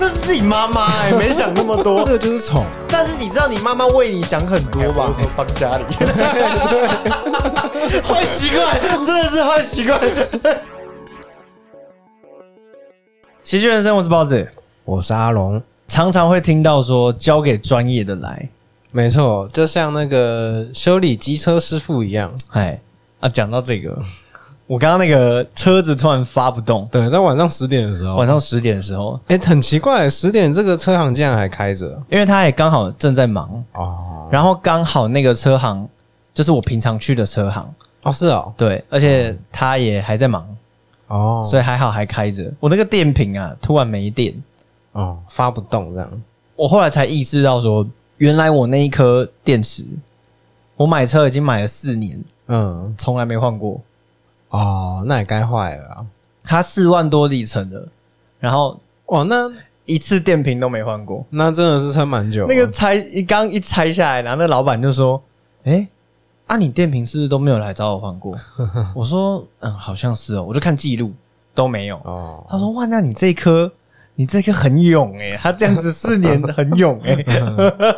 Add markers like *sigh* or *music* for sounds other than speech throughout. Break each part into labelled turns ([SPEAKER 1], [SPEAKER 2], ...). [SPEAKER 1] 那是自己妈妈哎，没想那么多
[SPEAKER 2] *laughs*
[SPEAKER 1] *laughs*
[SPEAKER 2] 这。个就是宠啊，
[SPEAKER 1] 但是你知道你妈妈为你想很多吧？哎说帮家里， *laughs* 坏习惯，真的是坏习惯。喜剧人生，我是包子。
[SPEAKER 2] 我是阿龙。
[SPEAKER 1] 常常会听到说交给专业的来，
[SPEAKER 2] 没错，就像那个修理机车师傅一样。
[SPEAKER 1] 哎啊，讲到这个，我刚刚那个车子突然发不动，
[SPEAKER 2] 对，在晚上十点的时候，
[SPEAKER 1] 晚上十点的时候，
[SPEAKER 2] 哎、很奇怪，十点这个车行竟然还开着
[SPEAKER 1] 因为他也刚好正在忙，
[SPEAKER 2] 哦
[SPEAKER 1] 然后刚好那个车行就是我平常去的车行，
[SPEAKER 2] 哦，是哦，
[SPEAKER 1] 对，而且他也还在忙，
[SPEAKER 2] 哦，
[SPEAKER 1] 所以还好还开着。我那个电瓶啊，突然没电，
[SPEAKER 2] 哦，发不动这样。
[SPEAKER 1] 我后来才意识到说，原来我那一颗电池，我买车已经买了四年，
[SPEAKER 2] 嗯，
[SPEAKER 1] 从来没换过。
[SPEAKER 2] 哦，那也该坏了啊。
[SPEAKER 1] 它四万多里程的，然后
[SPEAKER 2] 哇，那
[SPEAKER 1] 一次电瓶都没换过。
[SPEAKER 2] 那真的是撑蛮久。啊
[SPEAKER 1] 那个拆一刚一拆下来，然后那老板就说：“哎、啊，你电瓶是不是都没有来找我换过？”
[SPEAKER 2] *laughs*
[SPEAKER 1] 我说：“嗯，好像是哦。”我就看记录都没有。
[SPEAKER 2] 哦，
[SPEAKER 1] 他说：“哇，那你这一颗，你这颗很勇诶、他这样子四年很勇欸诶、 *laughs*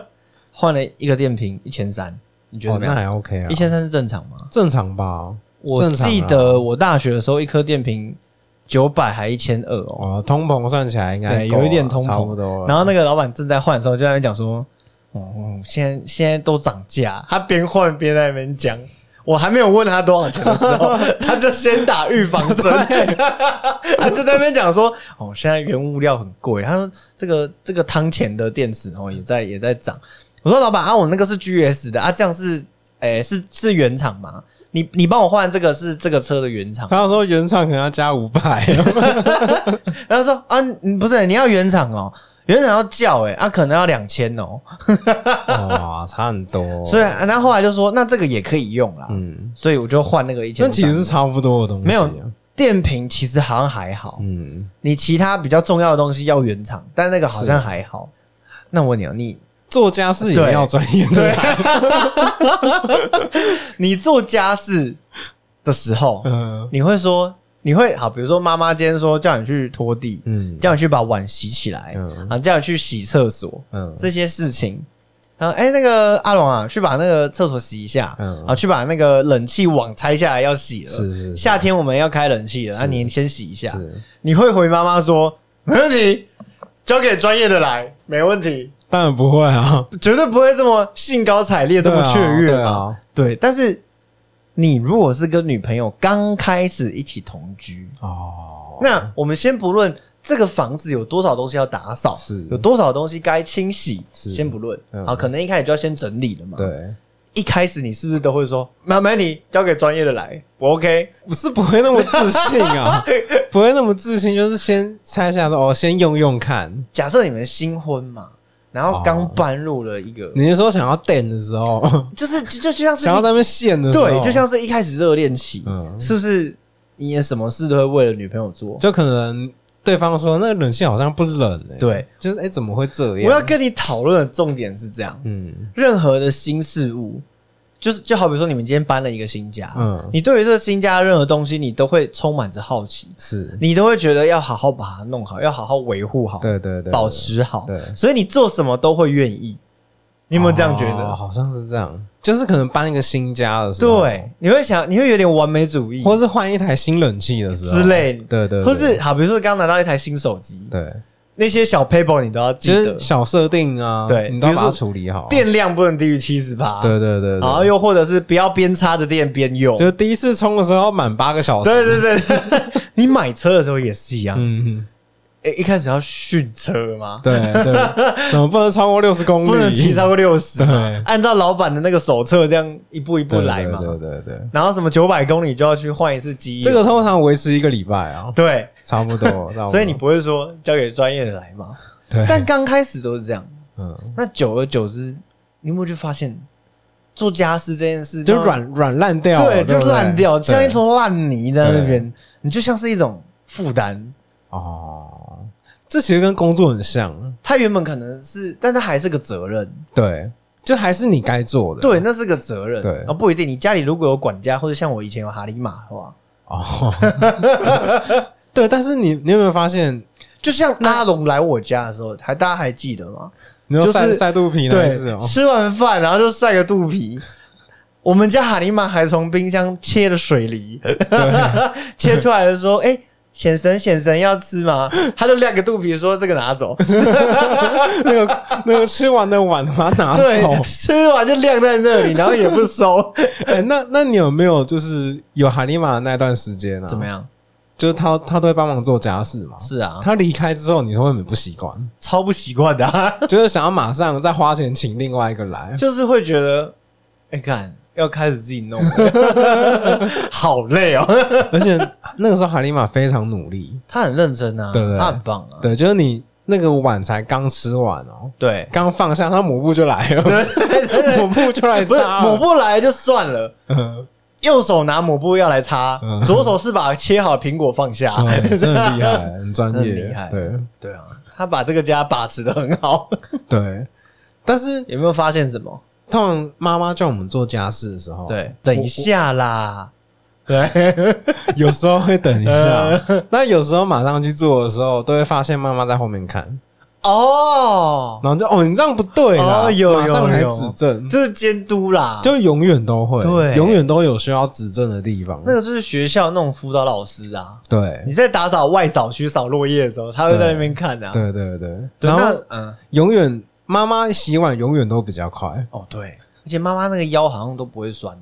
[SPEAKER 1] 换了一个电瓶一千三，你觉得
[SPEAKER 2] 哦
[SPEAKER 1] 怎么
[SPEAKER 2] 那
[SPEAKER 1] 样？
[SPEAKER 2] 还 OK 啊
[SPEAKER 1] 一，千三是正常吗？
[SPEAKER 2] 正常吧？
[SPEAKER 1] 我
[SPEAKER 2] 正常啊
[SPEAKER 1] 记得我大学的时候，一颗电瓶九百还一千二哦。
[SPEAKER 2] 哦，通膨算起来应该
[SPEAKER 1] 对
[SPEAKER 2] 够啊
[SPEAKER 1] 有一点通膨
[SPEAKER 2] 差不多了。
[SPEAKER 1] 然后那个老板正在换的时候，就在那边讲说：“哦，现在现在都涨价。”他边换边在那边讲。我还没有问他多少钱的时
[SPEAKER 2] *laughs*
[SPEAKER 1] 候，他就先打预防针， *laughs* 他就在那边讲说：“哦，现在原物料很贵。”他说：“这个这个汤钱的电池哦，也在也在涨。”我说：“老板啊，我那个是 GS 的啊，这样是诶、是是原厂吗？你你帮我换这个是这个车的原厂吗。”
[SPEAKER 2] 他说原厂可能要加五百，
[SPEAKER 1] 然后说啊，你不是你要原厂哦，原厂要叫哎、啊，可能要两千哦，
[SPEAKER 2] *laughs* 哇，差很多。
[SPEAKER 1] 所以啊然后后来就说那这个也可以用啦，
[SPEAKER 2] 哦嗯，
[SPEAKER 1] 所以我就换那个一千。
[SPEAKER 2] 那其实是差不多的东西啊。
[SPEAKER 1] 没有电瓶其实好像还好，
[SPEAKER 2] 嗯，
[SPEAKER 1] 你其他比较重要的东西要原厂，但那个好像还好。那我问你哦，你
[SPEAKER 2] 做家事也要专业的 *laughs* 啦，
[SPEAKER 1] 你 *laughs* 做家事的时候，
[SPEAKER 2] 嗯
[SPEAKER 1] 你会说你会好，比如说妈妈今天说叫你去拖地，
[SPEAKER 2] 嗯
[SPEAKER 1] 叫你去把碗洗起来，
[SPEAKER 2] 嗯
[SPEAKER 1] 啊，叫你去洗厕所，
[SPEAKER 2] 嗯
[SPEAKER 1] 这些事情。然后，哎，那个阿龙啊，去把那个厕所洗一下，
[SPEAKER 2] 嗯
[SPEAKER 1] 啊，去把那个冷气网拆下来要洗了。
[SPEAKER 2] 是是是
[SPEAKER 1] 夏天我们要开冷气了，那、你先洗一下。
[SPEAKER 2] 是，
[SPEAKER 1] 你会回妈妈说没问题，交给专业的来，没问题，
[SPEAKER 2] 当然不会啊，
[SPEAKER 1] 绝对不会这么兴高采烈，这么雀跃
[SPEAKER 2] 对
[SPEAKER 1] 嘛
[SPEAKER 2] 啊，
[SPEAKER 1] 对，但是你如果是跟女朋友刚开始一起同居，
[SPEAKER 2] 哦，
[SPEAKER 1] 那我们先不论这个房子有多少东西要打扫，
[SPEAKER 2] 是
[SPEAKER 1] 有多少东西该清洗，
[SPEAKER 2] 是
[SPEAKER 1] 先不论。
[SPEAKER 2] 嗯
[SPEAKER 1] 好，可能一开始就要先整理了嘛。，
[SPEAKER 2] 对，
[SPEAKER 1] 一开始你是不是都会说，麻烦你交给专业的来，我 OK。
[SPEAKER 2] 不是不会那么自信
[SPEAKER 1] *laughs*
[SPEAKER 2] 啊，不会那么自信，就是先猜一下说哦，先用用看。
[SPEAKER 1] 假设你们新婚嘛，然后
[SPEAKER 2] 哦
[SPEAKER 1] 刚搬入了一个，
[SPEAKER 2] 你是说想要电的
[SPEAKER 1] *laughs*
[SPEAKER 2] 时候，
[SPEAKER 1] 就是就就就像是
[SPEAKER 2] 想要在那边线的时候，
[SPEAKER 1] 对，就像是一开始热恋期，
[SPEAKER 2] 嗯
[SPEAKER 1] 是不是？你也什么事都会为了女朋友做。
[SPEAKER 2] 就可能对方说那个冷气好像不冷欸，
[SPEAKER 1] 对，
[SPEAKER 2] 就是哎、怎么会这样？
[SPEAKER 1] 我要跟你讨论的重点是这样，
[SPEAKER 2] 嗯
[SPEAKER 1] 任何的新事物，就是就好比说你们今天搬了一个新家，
[SPEAKER 2] 嗯
[SPEAKER 1] 你对于这个新家的任何东西，你都会充满着好奇，
[SPEAKER 2] 是，
[SPEAKER 1] 你都会觉得要好好把它弄好，要好好维护好，
[SPEAKER 2] 对对对，
[SPEAKER 1] 保持好，
[SPEAKER 2] 对
[SPEAKER 1] 所以你做什么都会愿意。你
[SPEAKER 2] 你
[SPEAKER 1] 有没有这样觉得？
[SPEAKER 2] 哦好像是这样，就是可能搬一个新家的时候，
[SPEAKER 1] 对，，你会想，你会有点完美主义，
[SPEAKER 2] 啊或是换一台新冷气的时候
[SPEAKER 1] 之类
[SPEAKER 2] 对对，对
[SPEAKER 1] 或是好，比如说刚拿到一台新手机，
[SPEAKER 2] 对，
[SPEAKER 1] 那些小 paper 你都要记
[SPEAKER 2] 其
[SPEAKER 1] 得
[SPEAKER 2] 实，小设定啊，
[SPEAKER 1] 对
[SPEAKER 2] 你都要
[SPEAKER 1] 比如
[SPEAKER 2] 把
[SPEAKER 1] 说
[SPEAKER 2] 它处理好。
[SPEAKER 1] 电哎量不能低于七十趴，
[SPEAKER 2] 对对对，对
[SPEAKER 1] 然后又或者是不要边插着电边用，
[SPEAKER 2] 就是第一次充的时候要满八个小时，
[SPEAKER 1] 对对对对， *laughs* 你买车的时候也是一样，
[SPEAKER 2] 嗯，
[SPEAKER 1] 诶一开始要训车吗？
[SPEAKER 2] 对
[SPEAKER 1] *laughs*
[SPEAKER 2] 对，怎么不能超过六十公里？
[SPEAKER 1] 不能骑超过六十
[SPEAKER 2] 对，
[SPEAKER 1] 按照老板的那个手册这样一步一步
[SPEAKER 2] 对
[SPEAKER 1] 来嘛。
[SPEAKER 2] 对对对对，
[SPEAKER 1] 然后什么九百公里就要去换一次机油，
[SPEAKER 2] 这个哦通常维持一个礼拜啊，
[SPEAKER 1] 对，
[SPEAKER 2] 差
[SPEAKER 1] *laughs*
[SPEAKER 2] 不多。差不多
[SPEAKER 1] 所以你不会说交给专业的来
[SPEAKER 2] *laughs*
[SPEAKER 1] 嘛？
[SPEAKER 2] 对，
[SPEAKER 1] 但刚开始都是这样，
[SPEAKER 2] 嗯，
[SPEAKER 1] 那久而久之，你有没有去发现做家事这件事
[SPEAKER 2] 就软软烂掉了，
[SPEAKER 1] 对，
[SPEAKER 2] 对
[SPEAKER 1] 就
[SPEAKER 2] 不对
[SPEAKER 1] 烂掉，
[SPEAKER 2] 对
[SPEAKER 1] 像一坨烂泥在那边，你就像是一种负担。
[SPEAKER 2] 哦。这其实跟工作很像，
[SPEAKER 1] 它原本可能是，但它还是个责任。
[SPEAKER 2] 对，就还是你该做的，
[SPEAKER 1] 对，那是个责任。哦
[SPEAKER 2] 对
[SPEAKER 1] 啊，不一定。你家里如果有管家，或者像我以前有哈里马的话，
[SPEAKER 2] 哦， *laughs* 对，但是你你有没有发现，
[SPEAKER 1] 就像阿龙来我家的时候，还大家还记得吗？
[SPEAKER 2] 你说
[SPEAKER 1] 就是
[SPEAKER 2] 晒晒肚皮那
[SPEAKER 1] 对 *laughs*
[SPEAKER 2] 一次，哦，
[SPEAKER 1] 吃完饭然后就晒个肚皮。我们家哈尼玛还从冰箱切了水梨， *laughs* 切出来的说：“哎、先生，先生要吃吗？”他就亮个肚皮说：“这个拿走。
[SPEAKER 2] *laughs* 那个那个吃完的碗把它”拿
[SPEAKER 1] *laughs*
[SPEAKER 2] 走
[SPEAKER 1] 对，。吃完就晾在那里，然后也不
[SPEAKER 2] *laughs*
[SPEAKER 1] 收，
[SPEAKER 2] 哎，那那你有没有就是有海尼玛的那段时间啊？
[SPEAKER 1] 怎么？样？
[SPEAKER 2] 就是他他都会帮忙做家事嘛。
[SPEAKER 1] 是啊，
[SPEAKER 2] 他离开之后，你是会很不习
[SPEAKER 1] *laughs*
[SPEAKER 2] 惯，
[SPEAKER 1] 超不习惯的、啊，
[SPEAKER 2] 就是想要马上再花钱请另外一个
[SPEAKER 1] *laughs*
[SPEAKER 2] 来。
[SPEAKER 1] 就是会觉得，哎、看要开始自己弄 *laughs* 了，好累哦。
[SPEAKER 2] 而且那个时候海尼玛非常努力，
[SPEAKER 1] 他很认真啊，
[SPEAKER 2] 对不对
[SPEAKER 1] 他很棒啊，
[SPEAKER 2] 对，就是你那个碗才刚吃完哦，
[SPEAKER 1] 对
[SPEAKER 2] 刚放下，他抹布就来了，
[SPEAKER 1] *laughs* 对对对对
[SPEAKER 2] 抹布就来
[SPEAKER 1] 不是 *laughs*
[SPEAKER 2] 擦
[SPEAKER 1] 抹，布来就算了，
[SPEAKER 2] 嗯
[SPEAKER 1] 右手拿抹布要来擦
[SPEAKER 2] 嗯，
[SPEAKER 1] 左手是把切好的苹果放下。
[SPEAKER 2] 对，真的很厉害，很专
[SPEAKER 1] 真
[SPEAKER 2] 业，
[SPEAKER 1] 的很厉害
[SPEAKER 2] 对
[SPEAKER 1] *laughs* 对啊，他把这个家把持的很好。
[SPEAKER 2] 对。但是
[SPEAKER 1] *laughs* 有没有发现什么？
[SPEAKER 2] 通常妈妈叫我们做家事的时候，
[SPEAKER 1] *laughs* 对，等一下啦。对，
[SPEAKER 2] *laughs*
[SPEAKER 1] *laughs*
[SPEAKER 2] 有时候会等一
[SPEAKER 1] 呃
[SPEAKER 2] 下，那有时候马上去做的时候，都会发现妈妈在后面看，
[SPEAKER 1] 哦，
[SPEAKER 2] 然后就哦，你这样不对啦，
[SPEAKER 1] 哦有
[SPEAKER 2] 马上
[SPEAKER 1] 有
[SPEAKER 2] 来
[SPEAKER 1] 有
[SPEAKER 2] 指正，
[SPEAKER 1] 这是监督啦。
[SPEAKER 2] 就永远都会，
[SPEAKER 1] 对
[SPEAKER 2] 永远都有需要指正的地方
[SPEAKER 1] 那。个就是学校那种辅导老师啊，
[SPEAKER 2] 对
[SPEAKER 1] 你，在打扫外扫区扫落叶的时候，他会在那边看啊。
[SPEAKER 2] 对对对，
[SPEAKER 1] 对，
[SPEAKER 2] 然
[SPEAKER 1] 那
[SPEAKER 2] 后
[SPEAKER 1] 嗯，
[SPEAKER 2] 永远妈妈洗碗永远都比较快，
[SPEAKER 1] 哦对，而且妈妈那个腰好像都不会酸。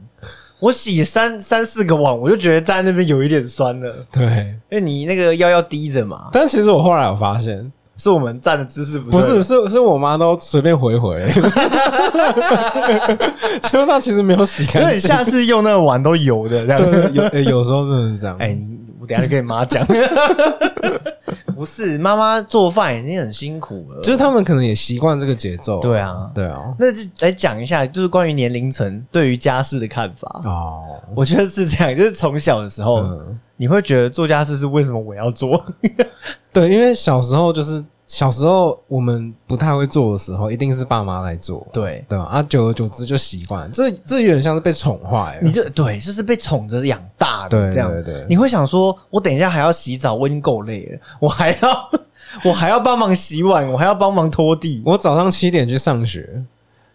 [SPEAKER 1] 我洗三三四个碗，我就觉得站在那边有一点酸了，
[SPEAKER 2] 对。
[SPEAKER 1] 因为你那个腰要低着嘛。
[SPEAKER 2] 但其实我后来有发现，
[SPEAKER 1] 是我们站的姿势不
[SPEAKER 2] 不
[SPEAKER 1] 对
[SPEAKER 2] 是，是是我妈都随便回回， *laughs* 就她其实没有洗
[SPEAKER 1] 因为
[SPEAKER 2] 干
[SPEAKER 1] 你
[SPEAKER 2] 净。
[SPEAKER 1] 下次用那个碗都油的这样
[SPEAKER 2] 对
[SPEAKER 1] 子。
[SPEAKER 2] 对有、欸有时候真的是这样。
[SPEAKER 1] *laughs* 哎、你我等一下就跟你妈讲。 *laughs* 不是，妈妈做饭已经很辛苦了。
[SPEAKER 2] 就是他们可能也习惯这个节奏。
[SPEAKER 1] 对啊
[SPEAKER 2] 对啊。
[SPEAKER 1] 那就来讲一下，就是关于年龄层对于家事的看法。
[SPEAKER 2] 哦，
[SPEAKER 1] 我觉得是这样，就是从小的时候，
[SPEAKER 2] 嗯，
[SPEAKER 1] 你会觉得做家事是为什么我要做？
[SPEAKER 2] 对，因为小时候就是小时候我们不太会做的时候，一定是爸妈来做。
[SPEAKER 1] *laughs* 对，
[SPEAKER 2] 对啊，啊久而久之就习惯，这这有点像是被宠坏
[SPEAKER 1] 你
[SPEAKER 2] 了。
[SPEAKER 1] 就对，就是被宠着养大
[SPEAKER 2] 对
[SPEAKER 1] 的这样。
[SPEAKER 2] 对对
[SPEAKER 1] 你会想说，我等一下还要洗澡，我已经够累了， *laughs* 我还要我还要帮忙洗碗，我还要帮忙拖地。
[SPEAKER 2] 我早上七点去上学，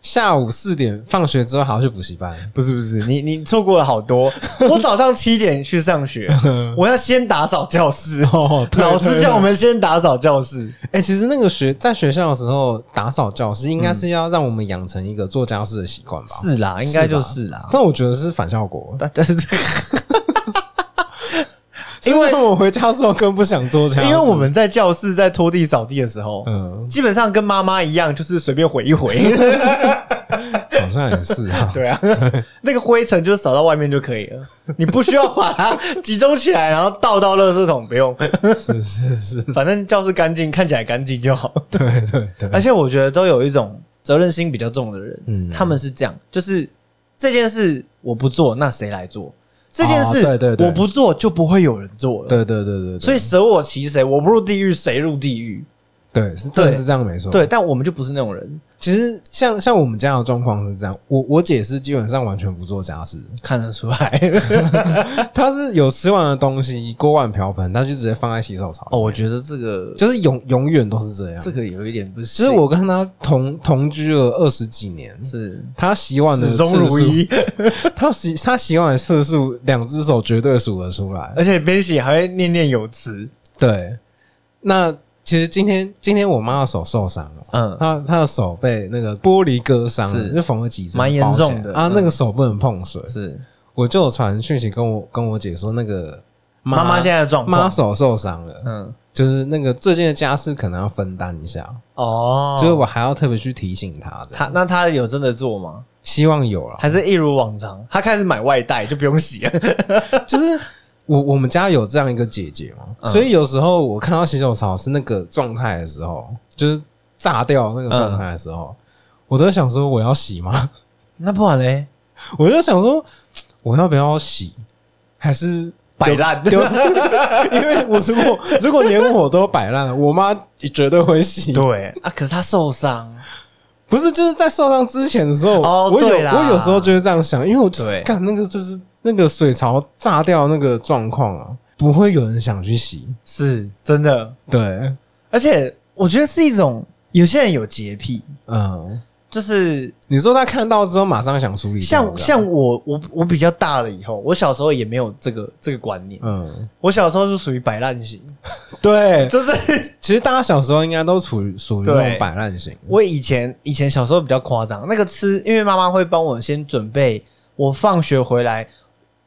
[SPEAKER 2] 下午四点放学之后还要去补习班。
[SPEAKER 1] 不是不是，你你错过了好多。 *laughs* 我早上七点去上 *laughs* 学，我要先打扫教室。
[SPEAKER 2] 哦
[SPEAKER 1] 老师叫我们先打扫教室，
[SPEAKER 2] 哎、其实那个学在学校的时候打扫教室，应该是要让我们养成一个做家事的习惯吧？，
[SPEAKER 1] 嗯是啊啦，应该就是啦。
[SPEAKER 2] 但我觉得是反效果，
[SPEAKER 1] 但但是，
[SPEAKER 2] 因为我回家之后更不想做家事，
[SPEAKER 1] 因为我们在教室在拖地扫地的时候，
[SPEAKER 2] 嗯，
[SPEAKER 1] 基本上跟妈妈一样，就是随便回一回。，
[SPEAKER 2] 好像也是
[SPEAKER 1] *laughs*
[SPEAKER 2] 啊
[SPEAKER 1] 对啊，那个灰尘就扫到外面就可以了，你不需要把它集中起来，然后倒到垃圾桶，不用，
[SPEAKER 2] 是是是，
[SPEAKER 1] 反正教室干净，看起来干净就好。 *laughs*
[SPEAKER 2] 对对对，
[SPEAKER 1] 而且我觉得都有一种责任心比较重的人，
[SPEAKER 2] 嗯
[SPEAKER 1] 他们是这样，就是这件事我不做，那谁来做？这件事、
[SPEAKER 2] 对对对
[SPEAKER 1] 我不做就不会有人做了。
[SPEAKER 2] 对对对对对，
[SPEAKER 1] 所以舍我其谁，我不入地狱，谁入地狱？
[SPEAKER 2] 对是真的是这样没错。
[SPEAKER 1] 对，，但我们就不是那种人，
[SPEAKER 2] 其实像像我们家的状况是这样，我我姐是基本上完全不做家事，
[SPEAKER 1] 看得出来。*laughs*
[SPEAKER 2] *laughs* 她是有吃完的东西，锅碗瓢盆，她就直接放在洗手槽
[SPEAKER 1] 哦，
[SPEAKER 2] 里，
[SPEAKER 1] 我觉得这个
[SPEAKER 2] 就是永永远都是这样
[SPEAKER 1] 这。个有一点不是，
[SPEAKER 2] 其实我跟她同同居了二十几年，
[SPEAKER 1] 是
[SPEAKER 2] 她洗碗的
[SPEAKER 1] 始终
[SPEAKER 2] 次
[SPEAKER 1] 如
[SPEAKER 2] 数，
[SPEAKER 1] 一，
[SPEAKER 2] 她洗她洗碗的次数，两只手绝对数得出来。
[SPEAKER 1] 而且边洗还会念念有词。
[SPEAKER 2] 对，那其实今天今天我妈的手受伤了，
[SPEAKER 1] 嗯
[SPEAKER 2] 她她的手被那个玻璃割伤了，
[SPEAKER 1] 是
[SPEAKER 2] 就缝了几针，
[SPEAKER 1] 蛮严
[SPEAKER 2] 包起来
[SPEAKER 1] 重的
[SPEAKER 2] 啊。
[SPEAKER 1] 嗯
[SPEAKER 2] 那个手不能碰水，
[SPEAKER 1] 是
[SPEAKER 2] 我就有传讯息跟我跟我姐说，那个
[SPEAKER 1] 妈妈现在的状
[SPEAKER 2] 妈
[SPEAKER 1] 况，
[SPEAKER 2] 手受伤了，
[SPEAKER 1] 嗯，
[SPEAKER 2] 就是那个最近的家事可能要分担一下，
[SPEAKER 1] 哦，
[SPEAKER 2] 就是我还要特别去提醒她这样，
[SPEAKER 1] 他那他有真的做吗？
[SPEAKER 2] 希望有了，
[SPEAKER 1] 还是一如往常，他开始买外带就不用洗了。
[SPEAKER 2] 就是。我我们家有这样一个姐姐嘛，
[SPEAKER 1] 嗯
[SPEAKER 2] 所以有时候我看到洗手槽是那个状态的时候，就是炸掉那个状态的时候，我都想说我要洗吗？
[SPEAKER 1] *laughs*
[SPEAKER 2] *laughs*
[SPEAKER 1] 那不然嘞，
[SPEAKER 2] 我就想说我要不要洗，还是
[SPEAKER 1] 摆烂
[SPEAKER 2] 丢？ *laughs* 因为我如果如果连我都摆烂了，我妈绝对会洗。
[SPEAKER 1] *laughs* 对啊，可是他受伤，
[SPEAKER 2] 不是，就是在受伤之前的时候，
[SPEAKER 1] 哦
[SPEAKER 2] 我有
[SPEAKER 1] 对啦
[SPEAKER 2] 我有时候就会这样想，因为我就是
[SPEAKER 1] 对
[SPEAKER 2] 干那个就是那个水槽炸掉那个状况啊，不会有人想去洗。
[SPEAKER 1] 是真的。
[SPEAKER 2] 对，
[SPEAKER 1] 而且我觉得是一种有些人有洁癖，
[SPEAKER 2] 嗯，
[SPEAKER 1] 就是
[SPEAKER 2] 你说他看到之后马上想处理掉，
[SPEAKER 1] 像像我我我比较大了以后，我小时候也没有这个这个观念，
[SPEAKER 2] 嗯，
[SPEAKER 1] 我小时候是属于摆烂型，
[SPEAKER 2] 对，
[SPEAKER 1] 就是
[SPEAKER 2] 其实大家小时候应该都处于属于那
[SPEAKER 1] 对
[SPEAKER 2] 种摆烂型，
[SPEAKER 1] 我以前以前小时候比较夸张，那个吃，因为妈妈会帮我先准备，我放学回来，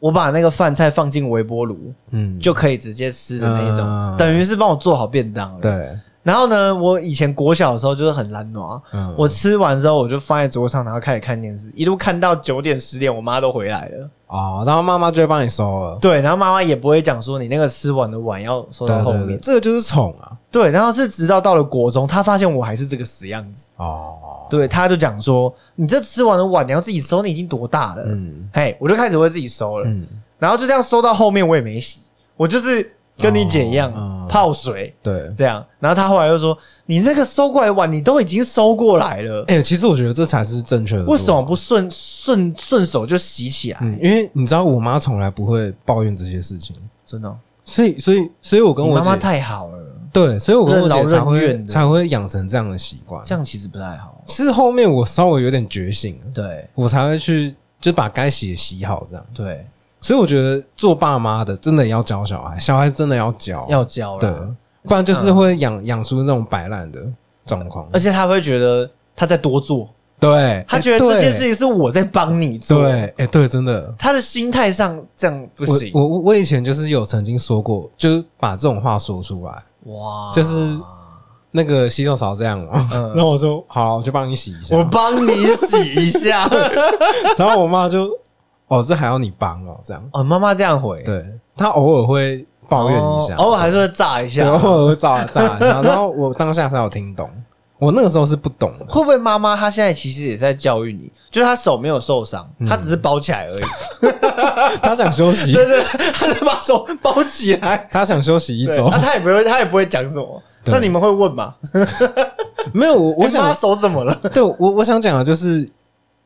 [SPEAKER 1] 我把那个饭菜放进微波炉，
[SPEAKER 2] 嗯，
[SPEAKER 1] 就可以直接吃的那一种，
[SPEAKER 2] 嗯
[SPEAKER 1] 等于是帮我做好便当了。。
[SPEAKER 2] 对，
[SPEAKER 1] 然后呢，我以前国小的时候就是很懒惰，啊
[SPEAKER 2] 嗯，
[SPEAKER 1] 我吃完之后我就放在桌上，然后开始看电视，一路看到九点十点，我妈都回来了。
[SPEAKER 2] 哦，然后妈妈就会帮你收了，
[SPEAKER 1] 对，然后妈妈也不会讲说你那个吃完的碗要收
[SPEAKER 2] 对
[SPEAKER 1] 到后
[SPEAKER 2] 对
[SPEAKER 1] 面。
[SPEAKER 2] 对，这个就是宠啊，
[SPEAKER 1] 对，然后是直到到了国中，她发现我还是这个死样子。
[SPEAKER 2] 哦，
[SPEAKER 1] 对，他就讲说，你这吃完的碗你要自己收，你已经多大了？
[SPEAKER 2] 嗯
[SPEAKER 1] 嘿，我就开始会自己收了，
[SPEAKER 2] 嗯，
[SPEAKER 1] 然后就这样收到后面我也没洗，我就是跟你姐一样、
[SPEAKER 2] 哦哦
[SPEAKER 1] 泡水
[SPEAKER 2] 对。
[SPEAKER 1] 这样。然后他后来就说，你那个收过来的碗你都已经收过来了，
[SPEAKER 2] 哎、其实我觉得这才是正确的。
[SPEAKER 1] 为什么？不顺顺顺手就洗起来？
[SPEAKER 2] 嗯，因为你知道，我妈从来不会抱怨这些事情，
[SPEAKER 1] 真的哦、
[SPEAKER 2] 所以，所以，所以我跟
[SPEAKER 1] 你
[SPEAKER 2] 我
[SPEAKER 1] 妈
[SPEAKER 2] 姐
[SPEAKER 1] 妈太好了，
[SPEAKER 2] 对，所以我跟
[SPEAKER 1] 任
[SPEAKER 2] 我
[SPEAKER 1] 劳
[SPEAKER 2] 姐才
[SPEAKER 1] 任
[SPEAKER 2] 会
[SPEAKER 1] 怨的
[SPEAKER 2] 才会养成这样的习惯。
[SPEAKER 1] 这样其实不太好。
[SPEAKER 2] 是后面我稍微有点觉醒了，
[SPEAKER 1] 对
[SPEAKER 2] 我才会去就把该洗的洗好这样。
[SPEAKER 1] 对，
[SPEAKER 2] 所以我觉得做爸妈的真的要教小孩，小孩真的要教，
[SPEAKER 1] 要教啊
[SPEAKER 2] 对
[SPEAKER 1] 了，，
[SPEAKER 2] 不然就是会养养出那种摆烂的状况
[SPEAKER 1] 嗯而。且他会觉得他在多做，
[SPEAKER 2] 对，
[SPEAKER 1] 他
[SPEAKER 2] 哎
[SPEAKER 1] 觉得这
[SPEAKER 2] 对
[SPEAKER 1] 些事情是我在帮你做。
[SPEAKER 2] 对，哎，对，真的。
[SPEAKER 1] 他的心态上这样不
[SPEAKER 2] 我
[SPEAKER 1] 行。
[SPEAKER 2] 我我我以前就是有曾经说过，就是把这种话说出来，
[SPEAKER 1] 哇，
[SPEAKER 2] 就是那个洗手槽这样嘛，
[SPEAKER 1] 嗯
[SPEAKER 2] *laughs* 然后我说好，我就帮你洗一下。
[SPEAKER 1] 我帮你洗一下。
[SPEAKER 2] 然后我妈就哦，这还要你帮 *laughs* 哦，这样。
[SPEAKER 1] 哦，妈妈这样回，
[SPEAKER 2] 对她偶尔会抱怨一下，
[SPEAKER 1] 哦偶尔还是会炸一
[SPEAKER 2] 对
[SPEAKER 1] 下。
[SPEAKER 2] 偶尔会炸炸一下。 *laughs* 然后我当下才有听懂，我那个时候是不懂 *laughs* 的。
[SPEAKER 1] 会不会妈妈她现在其实也在教育你，就是她手没有受伤，
[SPEAKER 2] 嗯
[SPEAKER 1] 她只是包起来而已。
[SPEAKER 2] 她想休息，
[SPEAKER 1] 对对，对她就把手包起来。
[SPEAKER 2] 她想休 *laughs* 息一
[SPEAKER 1] 对
[SPEAKER 2] 周
[SPEAKER 1] 那。她也不会，她也不会讲什么。
[SPEAKER 2] 对
[SPEAKER 1] 那你们会问吗？
[SPEAKER 2] 没有，我我
[SPEAKER 1] 哎妈
[SPEAKER 2] 想，
[SPEAKER 1] 手怎么了？
[SPEAKER 2] 对我我想讲的就是，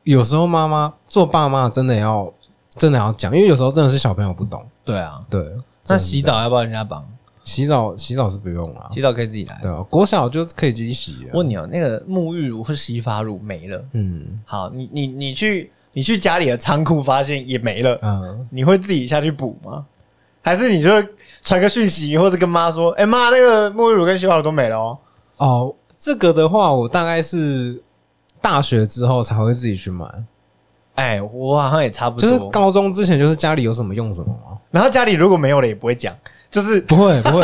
[SPEAKER 2] 有时候妈妈做爸妈真的要真的要讲，因为有时候真的是小朋友不懂。
[SPEAKER 1] 对啊，
[SPEAKER 2] 对，真的是这样
[SPEAKER 1] 澡要不要人家帮？
[SPEAKER 2] 洗澡洗澡是不用了，
[SPEAKER 1] 洗澡可以自己来。
[SPEAKER 2] 对啊，国小就可以自己洗啊了。
[SPEAKER 1] 问你哦，那个沐浴乳或洗发乳没了，
[SPEAKER 2] 嗯
[SPEAKER 1] 好，你你你去你去家里的仓库发现也没了，
[SPEAKER 2] 嗯，
[SPEAKER 1] 你会自己下去补吗？还是你就会传个讯息，或者跟妈说：“哎、妈，那个沐浴乳跟洗发乳都没了哦。
[SPEAKER 2] 哦，这个的话，我大概是大学之后才会自己去买，
[SPEAKER 1] 哎，我好像也差不
[SPEAKER 2] 就
[SPEAKER 1] 多。
[SPEAKER 2] 是高中之前就是家里有什么用什么嘛，
[SPEAKER 1] 然后家里如果没有了，也不会讲，就是
[SPEAKER 2] *laughs* 不会 *laughs* 不会。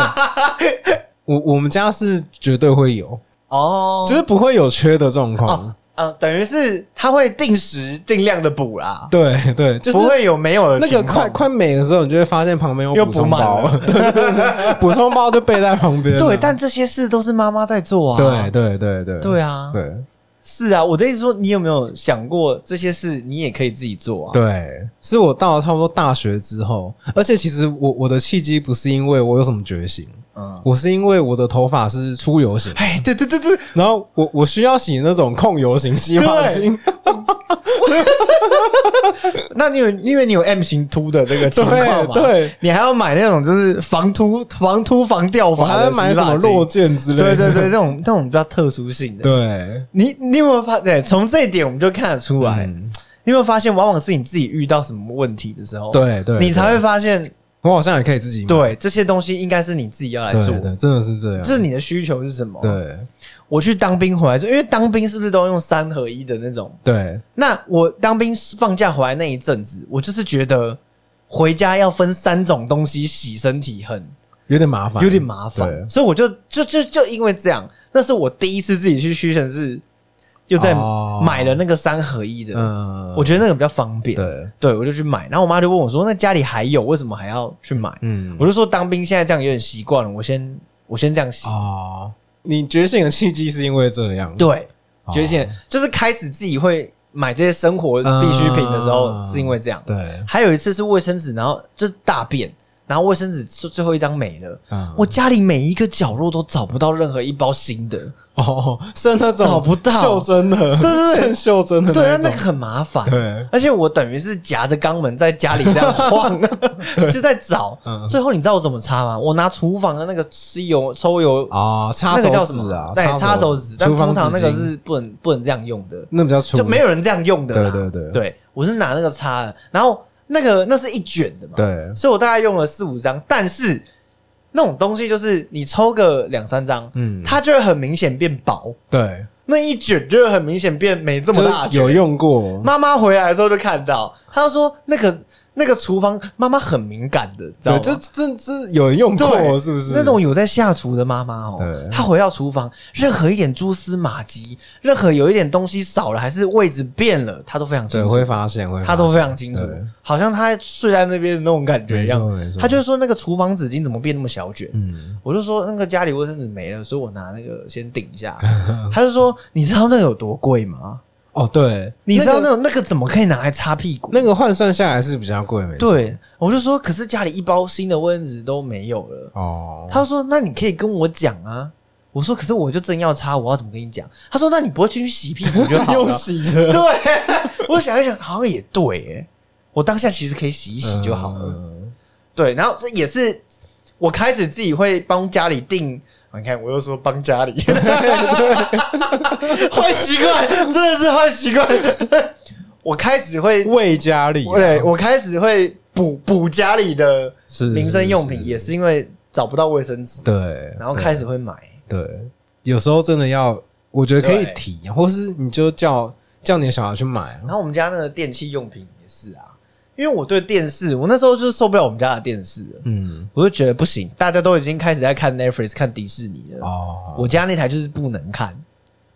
[SPEAKER 2] 我我们家是绝对会有，
[SPEAKER 1] 哦，
[SPEAKER 2] 就是不会有缺的状
[SPEAKER 1] 哦
[SPEAKER 2] 况。，
[SPEAKER 1] 嗯、等于是他会定时定量的补啦，
[SPEAKER 2] 对对，就是
[SPEAKER 1] 不会有没有的
[SPEAKER 2] 那个
[SPEAKER 1] 情况
[SPEAKER 2] 快快没的时候，你就会发现旁边
[SPEAKER 1] 又
[SPEAKER 2] 有补
[SPEAKER 1] 补
[SPEAKER 2] 充
[SPEAKER 1] 满
[SPEAKER 2] 包， *laughs*
[SPEAKER 1] 了。
[SPEAKER 2] 对对对，补充包就备在旁边了。
[SPEAKER 1] 对，但这些事都是妈妈在做啊。
[SPEAKER 2] 对对对对
[SPEAKER 1] 对啊，
[SPEAKER 2] 对
[SPEAKER 1] 是啊。我的意思说，你有没有想过这些事你也可以自己做啊？
[SPEAKER 2] 对，是我到了差不多大学之后，而且其实我我的契机不是因为我有什么觉醒，
[SPEAKER 1] 嗯，
[SPEAKER 2] 我是因为我的头发是出油型，
[SPEAKER 1] 哎，对对对对，
[SPEAKER 2] 然后我我需要洗那种控油型洗发精，
[SPEAKER 1] 那你有因为你有 M 型秃的这个情况嘛？
[SPEAKER 2] 对对，
[SPEAKER 1] 你还要买那种就是防秃、防秃、防掉
[SPEAKER 2] 我
[SPEAKER 1] 发
[SPEAKER 2] 还
[SPEAKER 1] 的
[SPEAKER 2] 要
[SPEAKER 1] 洗
[SPEAKER 2] 买什
[SPEAKER 1] 发
[SPEAKER 2] 么
[SPEAKER 1] 精
[SPEAKER 2] 落剑之类
[SPEAKER 1] 对
[SPEAKER 2] 的，
[SPEAKER 1] 对对，那种那种比较特殊性的。
[SPEAKER 2] 对
[SPEAKER 1] 你你有没有发？对，从这一点我们就看得出来，
[SPEAKER 2] 嗯
[SPEAKER 1] 你有没有发现，往往是你自己遇到什么问题的时候，
[SPEAKER 2] 对对，
[SPEAKER 1] 你才会发现，
[SPEAKER 2] 我好像也可以自己买
[SPEAKER 1] 对这些东西应该是你自己要来做
[SPEAKER 2] 对，对，真的是这样，
[SPEAKER 1] 就是你的需求是什么？，
[SPEAKER 2] 对
[SPEAKER 1] 我去当兵回来之后，因为当兵是不是都用三合一的那种？
[SPEAKER 2] 对
[SPEAKER 1] 那我当兵放假回来那一阵子，我就是觉得回家要分三种东西洗身体很
[SPEAKER 2] 有点麻烦，
[SPEAKER 1] 有点麻烦，
[SPEAKER 2] 对
[SPEAKER 1] 所以我就就就就因为这样，那是我第一次自己去屈臣氏，又在
[SPEAKER 2] 哦
[SPEAKER 1] 买了那个三合一的，
[SPEAKER 2] 嗯，
[SPEAKER 1] 我觉得那个比较方便，
[SPEAKER 2] 对，
[SPEAKER 1] 对我就去买。然后我妈就问我说：“那家里还有，为什么还要去买？”
[SPEAKER 2] 嗯
[SPEAKER 1] 我就说当兵现在这样有点习惯了，我先我先这样洗。
[SPEAKER 2] 哦，你觉醒的契机是因为这样，
[SPEAKER 1] 对，
[SPEAKER 2] 哦
[SPEAKER 1] 觉醒、就是开始自己会买这些生活必需品的时候，
[SPEAKER 2] 嗯
[SPEAKER 1] 是因为这样。
[SPEAKER 2] 对
[SPEAKER 1] 还有一次是卫生纸，然后就是大便，然后卫生纸是最后一张没了。
[SPEAKER 2] 嗯
[SPEAKER 1] 我家里每一个角落都找不到任何一包新的，
[SPEAKER 2] 哦，是那种
[SPEAKER 1] 找不到
[SPEAKER 2] 袖珍的， *laughs* 对
[SPEAKER 1] 对对
[SPEAKER 2] 剩袖珍的
[SPEAKER 1] 对，那
[SPEAKER 2] 那
[SPEAKER 1] 那个
[SPEAKER 2] 种，
[SPEAKER 1] 很麻
[SPEAKER 2] *laughs*
[SPEAKER 1] 烦。
[SPEAKER 2] 对
[SPEAKER 1] 而且我等于是夹着肛门在家里这样晃， *laughs* 就在
[SPEAKER 2] *laughs*
[SPEAKER 1] 找。
[SPEAKER 2] 嗯
[SPEAKER 1] 最后你知道我怎么擦吗？我拿厨房的那个吸油抽油，
[SPEAKER 2] 哦，
[SPEAKER 1] 那
[SPEAKER 2] 擦
[SPEAKER 1] 个叫
[SPEAKER 2] 手
[SPEAKER 1] 什
[SPEAKER 2] 指啊
[SPEAKER 1] 么？，对，
[SPEAKER 2] 擦
[SPEAKER 1] 擦手指。但
[SPEAKER 2] 厨房
[SPEAKER 1] 通常那
[SPEAKER 2] 纸
[SPEAKER 1] 个
[SPEAKER 2] 巾
[SPEAKER 1] 是不能不能这样用的，
[SPEAKER 2] 那比较粗，
[SPEAKER 1] 就没有人这样用的啦。
[SPEAKER 2] 对对对
[SPEAKER 1] 对我是拿那个擦的，然后那个那是一卷的嘛，，
[SPEAKER 2] 对，
[SPEAKER 1] 所以我大概用了四五张，但是那种东西就是你抽个两三张，
[SPEAKER 2] 嗯，
[SPEAKER 1] 它就会很明显变薄，
[SPEAKER 2] 对，
[SPEAKER 1] 那一卷就会很明显变没这
[SPEAKER 2] 就
[SPEAKER 1] 么
[SPEAKER 2] 是
[SPEAKER 1] 大卷
[SPEAKER 2] 有用过，
[SPEAKER 1] 妈妈回来的时候就看到，她说那个那个厨房妈妈很敏感的，知道
[SPEAKER 2] 对，
[SPEAKER 1] 吗？
[SPEAKER 2] 这这这有人用过
[SPEAKER 1] 对，
[SPEAKER 2] 是不是？
[SPEAKER 1] 那种有在下厨的妈妈哦
[SPEAKER 2] 对，
[SPEAKER 1] 她回到厨房，任何一点蛛丝马迹，任何有一点东西少了，还是位置变了，她都非常清
[SPEAKER 2] 对
[SPEAKER 1] 楚
[SPEAKER 2] 会，发现会发现，
[SPEAKER 1] 她都非常清楚
[SPEAKER 2] 对，
[SPEAKER 1] 好像她睡在那边的那种感觉一样
[SPEAKER 2] 没错没。错
[SPEAKER 1] 她就说那个厨房纸巾怎么变那么小卷？ *laughs*
[SPEAKER 2] 嗯，
[SPEAKER 1] 我就说那个家里卫生纸没了，所以我拿那个先顶一下。
[SPEAKER 2] 嗯
[SPEAKER 1] 她就说你知道那个有多贵吗？
[SPEAKER 2] 哦，对，
[SPEAKER 1] 你知道
[SPEAKER 2] 那
[SPEAKER 1] 那
[SPEAKER 2] 个
[SPEAKER 1] 种那个怎么可以拿来擦屁股？
[SPEAKER 2] 那个换算下来是比较贵，没错，
[SPEAKER 1] 对，我就说，可是家里一包新的卫生纸都没有了。
[SPEAKER 2] 哦，
[SPEAKER 1] 他说，那你可以跟我讲啊。我说，可是我就真要擦，我要怎么跟你讲？他说，那你不会去洗屁股就
[SPEAKER 2] *laughs*
[SPEAKER 1] 好了。
[SPEAKER 2] 洗的，
[SPEAKER 1] 对，我想一想，好像也对耶。我当下其实可以洗一洗就好了。
[SPEAKER 2] 嗯
[SPEAKER 1] 对，然后这也是我开始自己会帮家里订。啊你看，我又说帮家里， *laughs* 坏习惯，真的是坏习惯。我开始会
[SPEAKER 2] 为家里啊，
[SPEAKER 1] 对我开始会补补家里的
[SPEAKER 2] 是
[SPEAKER 1] 民生用品，也
[SPEAKER 2] 是，
[SPEAKER 1] 是因为找不到卫生纸，
[SPEAKER 2] 对，
[SPEAKER 1] 然后
[SPEAKER 2] 对
[SPEAKER 1] 开始会买。
[SPEAKER 2] 对，有时候真的要，我觉得可以
[SPEAKER 1] 对
[SPEAKER 2] 提，或是你就叫叫你的小孩去买
[SPEAKER 1] 然后我们家那个电器用品也是啊，因为我对电视，我那时候就是受不了我们家的电视了，
[SPEAKER 2] 嗯，
[SPEAKER 1] 我就觉得不行，大家都已经开始在看 Netflix、看迪士尼了，
[SPEAKER 2] 哦，
[SPEAKER 1] 我家那台就是不能看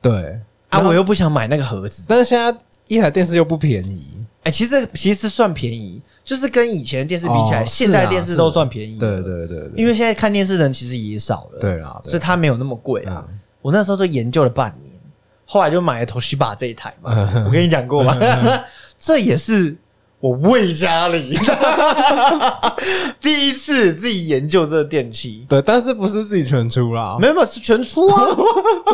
[SPEAKER 2] 对，
[SPEAKER 1] 啊，
[SPEAKER 2] 然后
[SPEAKER 1] 我又不想买那个盒子。
[SPEAKER 2] 但是现在一台电视又不便宜，
[SPEAKER 1] 哎，其实其实算便宜，就是跟以前的电视比起来，
[SPEAKER 2] 哦
[SPEAKER 1] 现在
[SPEAKER 2] 是
[SPEAKER 1] 的
[SPEAKER 2] 啊
[SPEAKER 1] 电视
[SPEAKER 2] 是
[SPEAKER 1] 都
[SPEAKER 2] 啊
[SPEAKER 1] 算便宜。
[SPEAKER 2] 对，对对对，
[SPEAKER 1] 因为现在看电视的人其实也少了。
[SPEAKER 2] 对嗯啦，对
[SPEAKER 1] 所以它没有那么贵啊。我那时候就研究了半年，后来就买了 Toshiba 这一台嘛。
[SPEAKER 2] *laughs*
[SPEAKER 1] 我跟你讲过嘛， *laughs* 这也是我为家里 *laughs* 第一次自己研究这个电器。
[SPEAKER 2] 对，但是不是自己全出啦？
[SPEAKER 1] 没有没有是全出
[SPEAKER 2] *laughs*
[SPEAKER 1] 啊！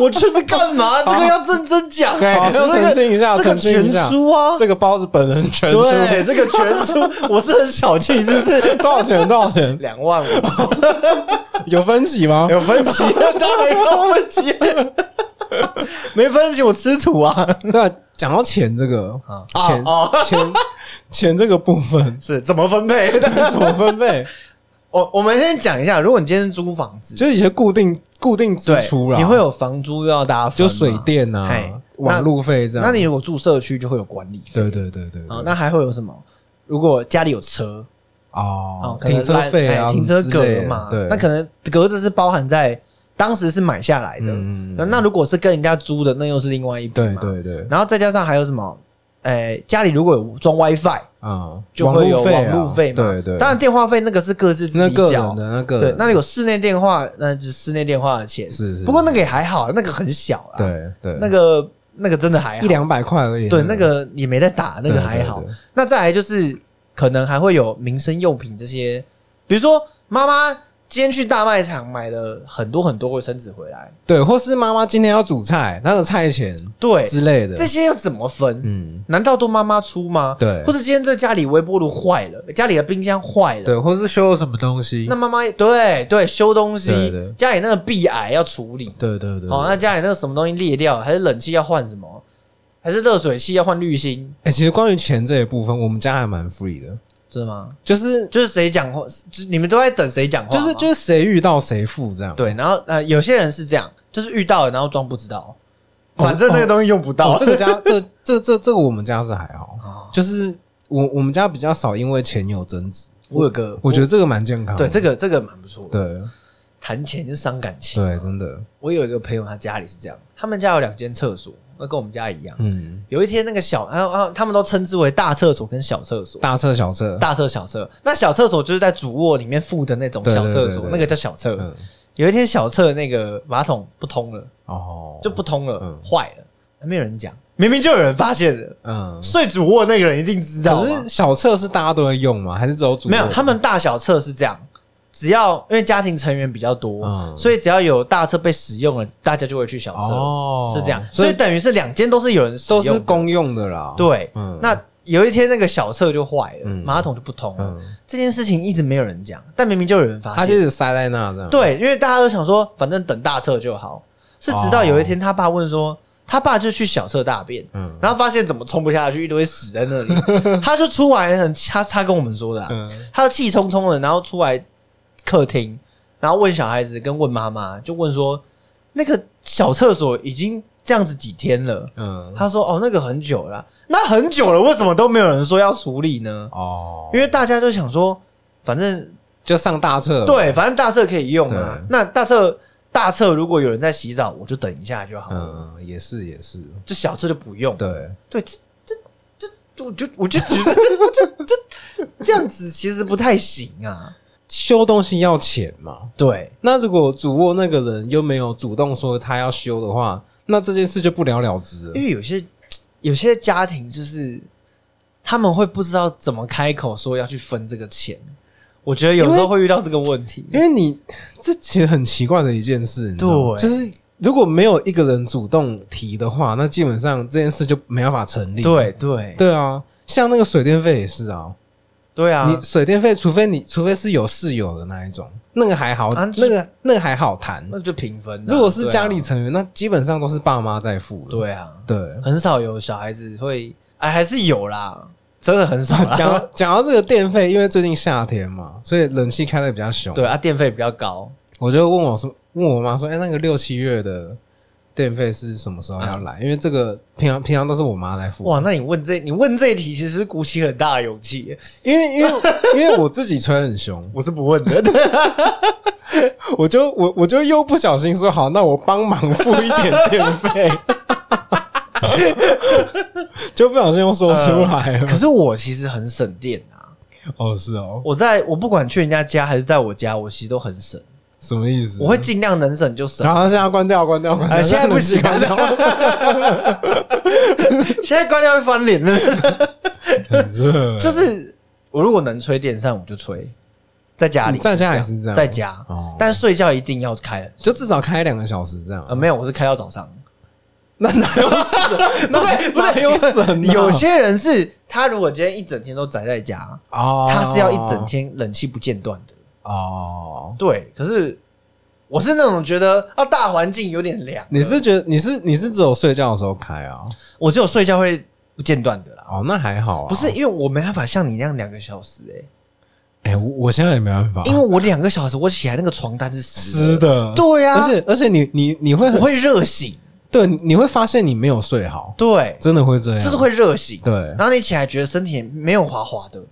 [SPEAKER 1] 我就是干嘛？这个要认真讲哎、
[SPEAKER 2] 好要
[SPEAKER 1] 这
[SPEAKER 2] 澄
[SPEAKER 1] 个
[SPEAKER 2] 清一下，
[SPEAKER 1] 这个
[SPEAKER 2] 澄清
[SPEAKER 1] 全
[SPEAKER 2] 一下，
[SPEAKER 1] 出啊！
[SPEAKER 2] 这个包子本人全出，
[SPEAKER 1] 对，这个全出，我是很小气，是不是？
[SPEAKER 2] 多少钱？多少钱？
[SPEAKER 1] *laughs* 两万五。
[SPEAKER 2] 有分歧吗？
[SPEAKER 1] 有分歧，当然要分歧。没分歧，我吃土啊！
[SPEAKER 2] 对，讲到钱这个
[SPEAKER 1] 啊，
[SPEAKER 2] 钱
[SPEAKER 1] 哦，
[SPEAKER 2] 钱钱这个部分 *laughs*
[SPEAKER 1] 是怎么分配？
[SPEAKER 2] 怎么分配？
[SPEAKER 1] *laughs* 我我们先讲一下，如果你今天是租房子，
[SPEAKER 2] 就是一些固定固定支
[SPEAKER 1] 对
[SPEAKER 2] 出啦，
[SPEAKER 1] 你会有房租要大家分
[SPEAKER 2] 就
[SPEAKER 1] 嘛
[SPEAKER 2] 水电
[SPEAKER 1] 嘿
[SPEAKER 2] 啊、网路费这样。嗯
[SPEAKER 1] 那你如果住社区，就会有管理费
[SPEAKER 2] 对对对对
[SPEAKER 1] 啊
[SPEAKER 2] 对。
[SPEAKER 1] 那还会有什么？如果家里有车
[SPEAKER 2] 哦，
[SPEAKER 1] 可能
[SPEAKER 2] 停车
[SPEAKER 1] 来
[SPEAKER 2] 费啊，
[SPEAKER 1] 哎停车
[SPEAKER 2] 什么之类
[SPEAKER 1] 格
[SPEAKER 2] 的
[SPEAKER 1] 嘛，
[SPEAKER 2] 对，
[SPEAKER 1] 那可能格子是包含在当时是买下来的。
[SPEAKER 2] 嗯
[SPEAKER 1] 那那如果是跟人家租的，那又是另外一笔
[SPEAKER 2] 对
[SPEAKER 1] 嘛。
[SPEAKER 2] 对对
[SPEAKER 1] 然后再加上还有什么？诶、家里如果有装 WiFi，
[SPEAKER 2] 啊，
[SPEAKER 1] 就会有
[SPEAKER 2] 网
[SPEAKER 1] 网
[SPEAKER 2] 路
[SPEAKER 1] 路
[SPEAKER 2] 费
[SPEAKER 1] 费
[SPEAKER 2] 啊
[SPEAKER 1] 嘛。
[SPEAKER 2] 对对，
[SPEAKER 1] 当然电话费那个是各自自
[SPEAKER 2] 那
[SPEAKER 1] 己
[SPEAKER 2] 个
[SPEAKER 1] 缴
[SPEAKER 2] 人。的那个
[SPEAKER 1] 对
[SPEAKER 2] 人，
[SPEAKER 1] 那有室内电话，那就是室内电话的钱。
[SPEAKER 2] 是是
[SPEAKER 1] 不过那个也还好，那个很小啦。，
[SPEAKER 2] 啊对对
[SPEAKER 1] 那个那个真的还好
[SPEAKER 2] 一两百块而已，
[SPEAKER 1] 对，那个也没在打，那个还好。
[SPEAKER 2] 对对对
[SPEAKER 1] 那再来就是可能还会有民生用品这些，比如说妈妈今天去大卖场买了很多很多卫生纸回来，
[SPEAKER 2] 对，或是妈妈今天要煮菜，她的菜钱
[SPEAKER 1] 对，
[SPEAKER 2] 之类的
[SPEAKER 1] 这，些要怎么分？
[SPEAKER 2] 嗯，
[SPEAKER 1] 难道都妈妈出吗？
[SPEAKER 2] 对
[SPEAKER 1] 或者今天这家里微波炉坏了，家里的冰箱坏了，
[SPEAKER 2] 对，或是修了什么东西
[SPEAKER 1] 那，妈妈对对修东西，
[SPEAKER 2] 对对
[SPEAKER 1] 家里那个壁癌要处理，
[SPEAKER 2] 对对对。
[SPEAKER 1] 哦，
[SPEAKER 2] 对
[SPEAKER 1] 那家里那个什么东西裂掉，还是冷气要换什么，还是热水器要换滤芯，
[SPEAKER 2] 哎，其实关于钱这一部分，我们家还蛮 free 的，
[SPEAKER 1] 真的吗？
[SPEAKER 2] 就是
[SPEAKER 1] 就是谁讲话，就你们都在等谁讲话
[SPEAKER 2] 就
[SPEAKER 1] 吗，
[SPEAKER 2] 是就是谁遇到谁付这样。
[SPEAKER 1] 啊
[SPEAKER 2] 哦
[SPEAKER 1] 对。然后呃，有些人是这样，就是遇到了然后装不知道，反正那个东西用不到。
[SPEAKER 2] 哦，这个家这这这这个我们家是还好
[SPEAKER 1] 哦，
[SPEAKER 2] *laughs* 就是我我们家比较少因为钱有争执，
[SPEAKER 1] 我有个，
[SPEAKER 2] 我觉得这个蛮健康
[SPEAKER 1] 对
[SPEAKER 2] 的。
[SPEAKER 1] 这个这个蛮不错的，
[SPEAKER 2] 对
[SPEAKER 1] 谈钱就伤感情。
[SPEAKER 2] 对，真的，
[SPEAKER 1] 我有一个朋友，他家里是这样，他们家有两间厕所，那跟我们家一样。
[SPEAKER 2] 嗯，
[SPEAKER 1] 有一天，那个小，然后然后他们都称之为大厕所跟小厕所。
[SPEAKER 2] 大彻小彻，
[SPEAKER 1] 大厕小厕，那小厕所就是在主卧里面附的那种小
[SPEAKER 2] 对对
[SPEAKER 1] 厕
[SPEAKER 2] 对对
[SPEAKER 1] 所
[SPEAKER 2] 对，
[SPEAKER 1] 那个叫小厕。
[SPEAKER 2] 嗯，
[SPEAKER 1] 有一天小厕那个马桶不通了，
[SPEAKER 2] 哦，
[SPEAKER 1] 就不通了
[SPEAKER 2] 嗯，
[SPEAKER 1] 坏了，没有人讲，明明就有人发现了，
[SPEAKER 2] 嗯，
[SPEAKER 1] 睡主卧那个人一定知道
[SPEAKER 2] 可
[SPEAKER 1] 嘛。
[SPEAKER 2] 是小彻是大家都会用吗？还是只有主卧
[SPEAKER 1] 没有，他们大小厕是这样，只要因为家庭成员比较多，
[SPEAKER 2] 嗯
[SPEAKER 1] 所以只要有大车被使用了，大家就会去小车，
[SPEAKER 2] 哦
[SPEAKER 1] 是这样。
[SPEAKER 2] 所
[SPEAKER 1] 所
[SPEAKER 2] 以
[SPEAKER 1] 以等于是两间都是有人使
[SPEAKER 2] 都
[SPEAKER 1] 用的
[SPEAKER 2] 是公用的啦。
[SPEAKER 1] 对，
[SPEAKER 2] 嗯
[SPEAKER 1] 那有一天那个小厕就坏了，
[SPEAKER 2] 嗯
[SPEAKER 1] 马桶就不通了。
[SPEAKER 2] 嗯，
[SPEAKER 1] 这件事情一直没有人讲，但明明就有人发
[SPEAKER 2] 他就
[SPEAKER 1] 现。
[SPEAKER 2] 是塞在那这样。，
[SPEAKER 1] 对，因为大家都想说，反正等大厕就好。是直到有一天，他爸问说，他爸就去小厕大便，
[SPEAKER 2] 嗯
[SPEAKER 1] 然后发现怎么冲不下去，一堆屎在那里， *laughs* 他就出来很他他跟我们说的啊、
[SPEAKER 2] 嗯
[SPEAKER 1] 他就气冲冲的，然后出来客厅，然后问小孩子跟问妈妈，就问说那个小厕所已经这样子几天了。
[SPEAKER 2] 嗯，
[SPEAKER 1] 他说：“哦，那个很久了啊，那很久了，为什么都没有人说要处理呢？
[SPEAKER 2] 哦，
[SPEAKER 1] 因为大家都想说，反正
[SPEAKER 2] 就上大厕。，
[SPEAKER 1] 对，反正大厕可以用啊
[SPEAKER 2] 对。
[SPEAKER 1] 那大厕大厕如果有人在洗澡，我就等一下就好了。
[SPEAKER 2] 嗯，也是也是，
[SPEAKER 1] 这小厕就不用。
[SPEAKER 2] 对，
[SPEAKER 1] 对，这这这，我就我就觉得这这这样子其实不太行啊。
[SPEAKER 2] 修东西要钱嘛。
[SPEAKER 1] 对，
[SPEAKER 2] 那如果主卧那个人又没有主动说他要修的话，那这件事就不了了之了
[SPEAKER 1] 因。为有些有些家庭就是他们会不知道怎么开口说要去分这个钱。”我觉得有时
[SPEAKER 2] 因为
[SPEAKER 1] 候会遇到这个问题，
[SPEAKER 2] 因为你这其实很奇怪的一件事，你知道吗
[SPEAKER 1] 对
[SPEAKER 2] 就是如果没有一个人主动提的话，那基本上这件事就没办法成立。
[SPEAKER 1] 对对
[SPEAKER 2] 对啊，像那个水电费也是啊，
[SPEAKER 1] 对啊，
[SPEAKER 2] 你水电费，除非你除非是有室友的那一种，那个还好，
[SPEAKER 1] 啊
[SPEAKER 2] 那个那个还好谈。
[SPEAKER 1] 那就平分啊、
[SPEAKER 2] 如果是家里
[SPEAKER 1] 对啊
[SPEAKER 2] 成员，那基本上都是爸妈在付的。
[SPEAKER 1] 对啊，
[SPEAKER 2] 对，
[SPEAKER 1] 很少有小孩子会，哎，还是有啦，真的很少啦。
[SPEAKER 2] 讲到讲到这个电费，因为最近夏天嘛，所以冷气开的比较凶。
[SPEAKER 1] 对啊，电费比较高，
[SPEAKER 2] 我就问我说，问我妈说，哎、那个六七月的电费是什么时候要来？因为这个平常平常都是我妈来付，
[SPEAKER 1] 哇，那你问这你问这一题，其实是鼓起很大的勇气耶，
[SPEAKER 2] 因为因 *laughs* 为因为我自己吹很凶，
[SPEAKER 1] 我是不问的。
[SPEAKER 2] 我就我我就又不小心说好，那我帮忙付一点电费， *laughs* 就不小心又说出来了。
[SPEAKER 1] *laughs* 呃可是我其实很省电啊，
[SPEAKER 2] *laughs* 哦，是哦，
[SPEAKER 1] 我在我不管去人家家还是在我家，我其实都很省，
[SPEAKER 2] 什么意思？
[SPEAKER 1] 我会尽量能省就省。
[SPEAKER 2] 然后现在关掉，关掉，关掉。
[SPEAKER 1] 哎，现在不
[SPEAKER 2] 喜
[SPEAKER 1] 行
[SPEAKER 2] 欢
[SPEAKER 1] 啊，现在关掉会翻脸
[SPEAKER 2] *laughs*
[SPEAKER 1] 的。
[SPEAKER 2] 很热，
[SPEAKER 1] 就是我如果能吹电扇，我就吹，在家里，
[SPEAKER 2] 你在家也是这样
[SPEAKER 1] 在家
[SPEAKER 2] 哦，
[SPEAKER 1] 但睡觉一定要开冷气。
[SPEAKER 2] 就至少开两个小时这样。
[SPEAKER 1] 呃，没有，我是开到早
[SPEAKER 2] *laughs*
[SPEAKER 1] 上。
[SPEAKER 2] 那哪有省？
[SPEAKER 1] 不是不
[SPEAKER 2] 哪
[SPEAKER 1] 是
[SPEAKER 2] 有省
[SPEAKER 1] *laughs*
[SPEAKER 2] 啊？
[SPEAKER 1] 有些人是他如果今天一整天都宅在家，
[SPEAKER 2] 哦，
[SPEAKER 1] *laughs* 他是要一整天冷气不间断的。
[SPEAKER 2] 哦。
[SPEAKER 1] 对，可是我是那种觉得啊，大环境有点凉，
[SPEAKER 2] 你是觉得你是你是只有睡觉的时候开啊？
[SPEAKER 1] 我只有睡觉会不间断的啦。
[SPEAKER 2] 哦，那还好啊。
[SPEAKER 1] 不是，因为我没办法像你那样两个小时哎、
[SPEAKER 2] 哎、我我现在也没办法，
[SPEAKER 1] 因为我两个小时我起来那个床单是湿
[SPEAKER 2] 湿
[SPEAKER 1] 的，
[SPEAKER 2] *laughs* 的，
[SPEAKER 1] 对啊呀、
[SPEAKER 2] 而且而且你你你会
[SPEAKER 1] 我会热醒，
[SPEAKER 2] 对，你会发现你没有睡好，
[SPEAKER 1] 对，
[SPEAKER 2] 真的会这样，
[SPEAKER 1] 就是会热醒，
[SPEAKER 2] 对
[SPEAKER 1] 然后你起来觉得身体没有滑滑的，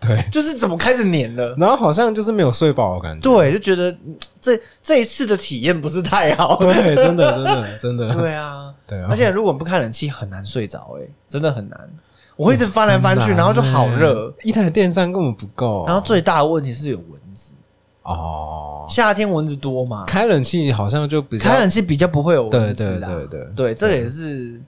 [SPEAKER 2] 对，
[SPEAKER 1] 就是怎么开始黏了。
[SPEAKER 2] 然后好像就是没有睡饱的感觉，
[SPEAKER 1] 对，就觉得嗯这这一次的体验不是太好。
[SPEAKER 2] 对，真的真的真的，
[SPEAKER 1] *laughs* 对啊，
[SPEAKER 2] 对啊
[SPEAKER 1] 而且如果不开冷气，很难睡着，哎，真的很难。我会一直翻来翻去，
[SPEAKER 2] 很难
[SPEAKER 1] 然后就好
[SPEAKER 2] 欸
[SPEAKER 1] 热。，
[SPEAKER 2] 一台电扇根本不够，啊
[SPEAKER 1] 然后最大的问题是有蚊子，
[SPEAKER 2] 哦，
[SPEAKER 1] 夏天蚊子多嘛，
[SPEAKER 2] 开冷气好像就比较
[SPEAKER 1] 开冷气比较不会有蚊子啦。
[SPEAKER 2] 对对对对
[SPEAKER 1] 对，这个也是，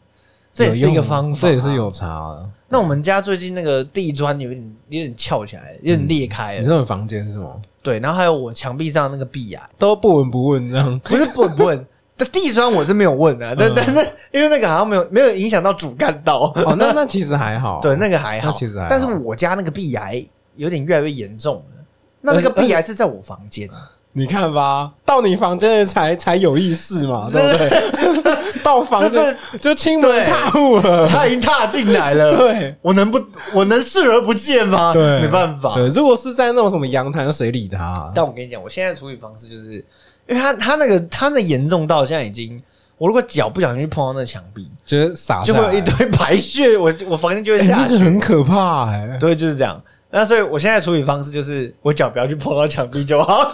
[SPEAKER 1] 这也是一
[SPEAKER 2] 有
[SPEAKER 1] 个
[SPEAKER 2] 用啊
[SPEAKER 1] 方法，啊
[SPEAKER 2] 这也是。有差啊的。
[SPEAKER 1] 那我们家最近那个地砖有点有点翘起来，有点裂开
[SPEAKER 2] 你
[SPEAKER 1] 了。
[SPEAKER 2] 这种房间是吗？
[SPEAKER 1] 对，然后还有我墙壁上那个壁
[SPEAKER 2] *laughs*
[SPEAKER 1] 癌，
[SPEAKER 2] 都不闻不问这样，
[SPEAKER 1] 不是不不问。的地砖我是没有问
[SPEAKER 2] 嗯
[SPEAKER 1] 的、啊，但但那因为那个好像没有没有影响到主干道，
[SPEAKER 2] 哦，那那其实还好，
[SPEAKER 1] *laughs*
[SPEAKER 2] 啊
[SPEAKER 1] 对，那个还好，
[SPEAKER 2] 那其实还好
[SPEAKER 1] 但是我家那个壁癌有点越来越严重了。那那个
[SPEAKER 2] 而且
[SPEAKER 1] 壁癌是在我房
[SPEAKER 2] 呃
[SPEAKER 1] 间，
[SPEAKER 2] 你看吧，到你房间的才才有意识嘛，
[SPEAKER 1] 是
[SPEAKER 2] 对不
[SPEAKER 1] *laughs*
[SPEAKER 2] 对？到房间就亲门
[SPEAKER 1] 对
[SPEAKER 2] 踏户了，
[SPEAKER 1] 他已经踏进来了，
[SPEAKER 2] 呃对
[SPEAKER 1] 我能不我能视而不见吗？
[SPEAKER 2] 对，
[SPEAKER 1] 啊没办法。
[SPEAKER 2] 对，如果是在那种什么阳台，谁理他啊？
[SPEAKER 1] 但我跟你讲，我现在的处理方式就是，因为他他那个他那严重到现在已经，我如果脚不小心去碰到那墙壁，
[SPEAKER 2] 觉得傻
[SPEAKER 1] 就
[SPEAKER 2] 下
[SPEAKER 1] 会
[SPEAKER 2] 来，
[SPEAKER 1] 有一堆排血，我我房间就会
[SPEAKER 2] 哎，
[SPEAKER 1] 下
[SPEAKER 2] 那
[SPEAKER 1] 雪
[SPEAKER 2] 个。很可怕哎。
[SPEAKER 1] 对，就是这样。那所以我现在处理方式就是，我脚不要去碰到墙壁就 *laughs* 好。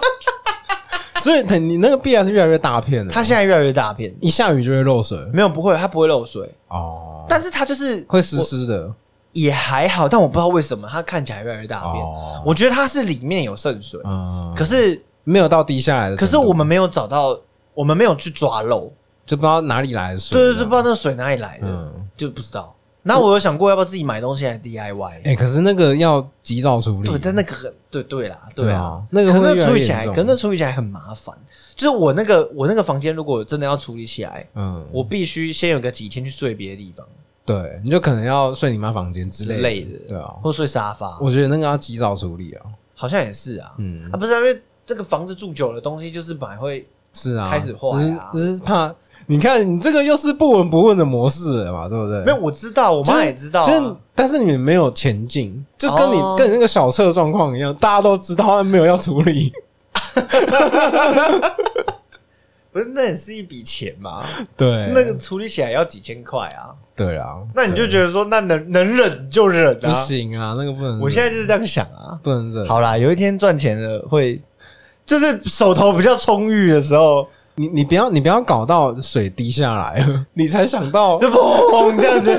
[SPEAKER 2] 所以你你那个壁还是越来越大片的，
[SPEAKER 1] 它现在越来越大片，
[SPEAKER 2] 一下雨就会漏水
[SPEAKER 1] 没有不会，它不会漏水，
[SPEAKER 2] 哦，
[SPEAKER 1] 但是它就是
[SPEAKER 2] 会湿湿的
[SPEAKER 1] 也还好，但我不知道为什么它看起来越来越大片。
[SPEAKER 2] 哦
[SPEAKER 1] 我觉得它是里面有渗水，
[SPEAKER 2] 嗯，
[SPEAKER 1] 可是
[SPEAKER 2] 没有到滴下来的程度。
[SPEAKER 1] 可是我们没有找到，我们没有去抓漏，
[SPEAKER 2] 就不知道哪里来的水，啊
[SPEAKER 1] 对对对，
[SPEAKER 2] 这
[SPEAKER 1] 不
[SPEAKER 2] 样
[SPEAKER 1] 知道那个水哪里来的，
[SPEAKER 2] 嗯
[SPEAKER 1] 就不知道。然后我有想过要不要自己买东西来 DIY，、
[SPEAKER 2] 哎、可是那个要及早处理，
[SPEAKER 1] 对，但那个很对对啦，
[SPEAKER 2] 对
[SPEAKER 1] 啊
[SPEAKER 2] 啊，那个
[SPEAKER 1] 可
[SPEAKER 2] 会
[SPEAKER 1] 能
[SPEAKER 2] 越来
[SPEAKER 1] 处
[SPEAKER 2] 越
[SPEAKER 1] 理起来，
[SPEAKER 2] 严重
[SPEAKER 1] 可能处理起来很麻烦。就是我那个我那个房间，如果真的要处理起来，
[SPEAKER 2] 嗯，
[SPEAKER 1] 我必须先有个几天去睡别的地方
[SPEAKER 2] 对，你就可能要睡你妈房间之
[SPEAKER 1] 之
[SPEAKER 2] 类的，
[SPEAKER 1] 类的，
[SPEAKER 2] 对啊，
[SPEAKER 1] 或睡沙发，
[SPEAKER 2] 我觉得那个要及早处理啊，
[SPEAKER 1] 好像也是啊，
[SPEAKER 2] 嗯
[SPEAKER 1] 啊，不是啊因为这个房子住久了，东西就是本来会
[SPEAKER 2] 是啊，
[SPEAKER 1] 开始坏啊
[SPEAKER 2] 只是只是怕你看你这个又是不闻不问的模式了嘛，对不对？
[SPEAKER 1] 没有，我知道，我
[SPEAKER 2] 就
[SPEAKER 1] 妈
[SPEAKER 2] 是
[SPEAKER 1] 也知道啊、
[SPEAKER 2] 就是但是你们没有前进，就跟你、
[SPEAKER 1] 哦
[SPEAKER 2] 跟你那个小测状况一样，大家都知道，但没有要处
[SPEAKER 1] *laughs*
[SPEAKER 2] 理。
[SPEAKER 1] 不是那也是一笔钱嘛，
[SPEAKER 2] 对，
[SPEAKER 1] 那个处理起来要几千块啊，
[SPEAKER 2] 对啊，
[SPEAKER 1] 那你就觉得说，那能能忍就忍
[SPEAKER 2] 不
[SPEAKER 1] 啊，
[SPEAKER 2] 行啊，那个不能忍，
[SPEAKER 1] 我现在就是这样想啊。
[SPEAKER 2] 不能忍。，
[SPEAKER 1] 好啦，有一天赚钱了会，就是手头比较充裕的时候，
[SPEAKER 2] 你你不要你不要搞到水滴下来， *laughs* 你才想到，
[SPEAKER 1] 就砰 *laughs* 这样 *laughs*
[SPEAKER 2] 对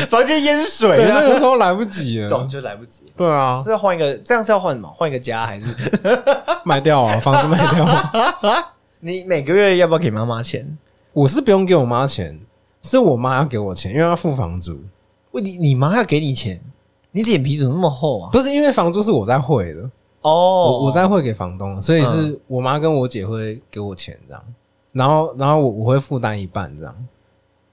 [SPEAKER 1] 子，房间淹水
[SPEAKER 2] 对，那
[SPEAKER 1] 了，
[SPEAKER 2] 个时候来不
[SPEAKER 1] *laughs*
[SPEAKER 2] 及
[SPEAKER 1] 总
[SPEAKER 2] 了。
[SPEAKER 1] 就来不及了。*laughs*
[SPEAKER 2] 对啊，
[SPEAKER 1] 是要换一个，这样是要换什么？换一个家还是？ *laughs*
[SPEAKER 2] 卖掉啊，房子卖掉。
[SPEAKER 1] 你每个月要不要给妈妈钱？
[SPEAKER 2] 我是不用给我妈钱，是我妈要给我钱，因为要付房租。
[SPEAKER 1] 喂你你妈要给你钱，你脸皮怎么那么厚啊？
[SPEAKER 2] 不是因为房租是我在汇的，
[SPEAKER 1] 哦嗯
[SPEAKER 2] 我我在汇给房东，所以是我妈跟我姐会给我钱这样，然后然后我我会负担一半这样。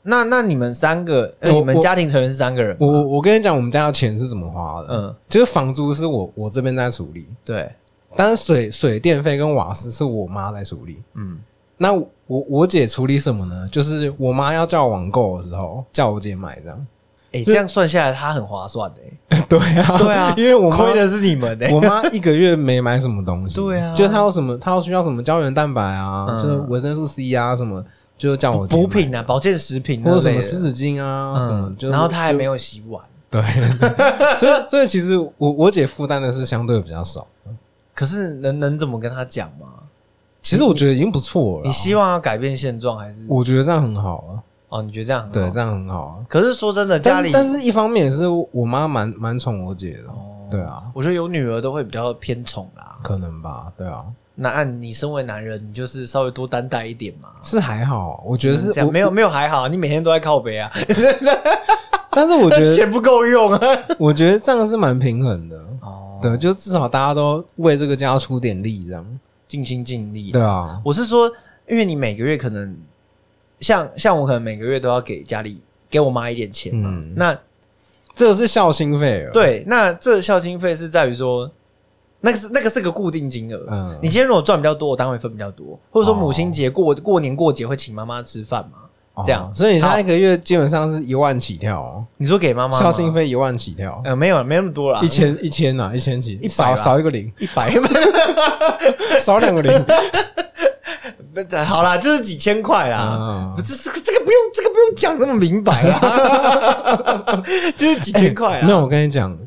[SPEAKER 1] 那那你们三个，呃
[SPEAKER 2] 我
[SPEAKER 1] 你们
[SPEAKER 2] 我
[SPEAKER 1] 家庭成员是三个人吗？
[SPEAKER 2] 我我我跟你讲，我们家的钱是怎么花的，
[SPEAKER 1] 嗯，
[SPEAKER 2] 就是房租是我我这边在处理，
[SPEAKER 1] 对，
[SPEAKER 2] 但是水水电费跟瓦斯是我妈在处理。
[SPEAKER 1] 嗯，
[SPEAKER 2] 那我我姐处理什么呢？就是我妈要叫我网购的时候，叫我姐买这样。 *laughs*
[SPEAKER 1] 哎、
[SPEAKER 2] 就
[SPEAKER 1] 这样算下来，它很划算的、欸
[SPEAKER 2] 对啊，
[SPEAKER 1] 对 *laughs* 啊
[SPEAKER 2] 因为我妈
[SPEAKER 1] 亏的是你们欸的、
[SPEAKER 2] 我妈一个月没买什么东西，
[SPEAKER 1] *laughs* 对啊
[SPEAKER 2] 就是她有什么，她要需要什么胶原蛋白啊，
[SPEAKER 1] 嗯
[SPEAKER 2] 就是维生素 C 啊，什么，就叫我姐
[SPEAKER 1] 补
[SPEAKER 2] 买
[SPEAKER 1] 品啊，保健食品
[SPEAKER 2] 或
[SPEAKER 1] 那
[SPEAKER 2] 者什
[SPEAKER 1] 类
[SPEAKER 2] 么
[SPEAKER 1] 的嗯
[SPEAKER 2] 湿纸巾啊，什么，就
[SPEAKER 1] 然后他还没有洗碗，
[SPEAKER 2] 对，所以所以其实我我姐负担的是相对比较少，
[SPEAKER 1] 可是能能怎么跟他讲吗？
[SPEAKER 2] 其实我觉得已经不错了
[SPEAKER 1] 你
[SPEAKER 2] 啦，
[SPEAKER 1] 希望他改变现状还是？
[SPEAKER 2] 我觉得这样很好啊，
[SPEAKER 1] 哦，你觉得这样很好
[SPEAKER 2] 对，这样很好啊。
[SPEAKER 1] 可是说真的，哦家
[SPEAKER 2] 但
[SPEAKER 1] 里
[SPEAKER 2] 是但是一方面也是我妈蛮蛮宠我姐的，
[SPEAKER 1] 哦
[SPEAKER 2] 对啊，
[SPEAKER 1] 我觉得有女儿都会比较偏宠啦。
[SPEAKER 2] 可能吧，对啊，
[SPEAKER 1] 那按你身为男人，你就是稍微多担待一点嘛。
[SPEAKER 2] 是还好，啊我觉得是
[SPEAKER 1] 嗯这样
[SPEAKER 2] 我
[SPEAKER 1] 没有没有还好，你每天都在靠北啊，
[SPEAKER 2] 但是我
[SPEAKER 1] *laughs*
[SPEAKER 2] 觉得
[SPEAKER 1] 钱不够用啊。
[SPEAKER 2] 我觉得这样是蛮平衡的，
[SPEAKER 1] 哦，
[SPEAKER 2] 对，就至少大家都为这个家出点力，这样。
[SPEAKER 1] 尽心尽力。
[SPEAKER 2] 对啊，
[SPEAKER 1] 我是说，因为你每个月可能像像我可能每个月都要给家里给我妈一点钱嘛，
[SPEAKER 2] 嗯
[SPEAKER 1] 那
[SPEAKER 2] 这个是孝心费了。，
[SPEAKER 1] 对，那这孝心费是在于说，那个是那个是个固定金额。
[SPEAKER 2] 嗯
[SPEAKER 1] 你今天如果赚比较多，我当然会分比较多，或者说
[SPEAKER 2] 哦
[SPEAKER 1] 母亲节过过年过节会请妈妈吃饭嘛？
[SPEAKER 2] 哦
[SPEAKER 1] 这样
[SPEAKER 2] 所以你下一个月基本上是一万起跳哦，
[SPEAKER 1] 你说给妈妈吗
[SPEAKER 2] 孝心？费一万起跳，
[SPEAKER 1] 呃，没有，没那么多啦，
[SPEAKER 2] 一千一千啊呐，一千起，
[SPEAKER 1] 一百
[SPEAKER 2] 少
[SPEAKER 1] 啦
[SPEAKER 2] 少一
[SPEAKER 1] *laughs*
[SPEAKER 2] 个零，
[SPEAKER 1] 一百，
[SPEAKER 2] 少两个零。
[SPEAKER 1] 不好啦，就是几千块啦。
[SPEAKER 2] 啊
[SPEAKER 1] 不，是这个这个不用这个不用讲那么明白啦， *laughs* 就是几千块啊啦。
[SPEAKER 2] 那我跟你讲，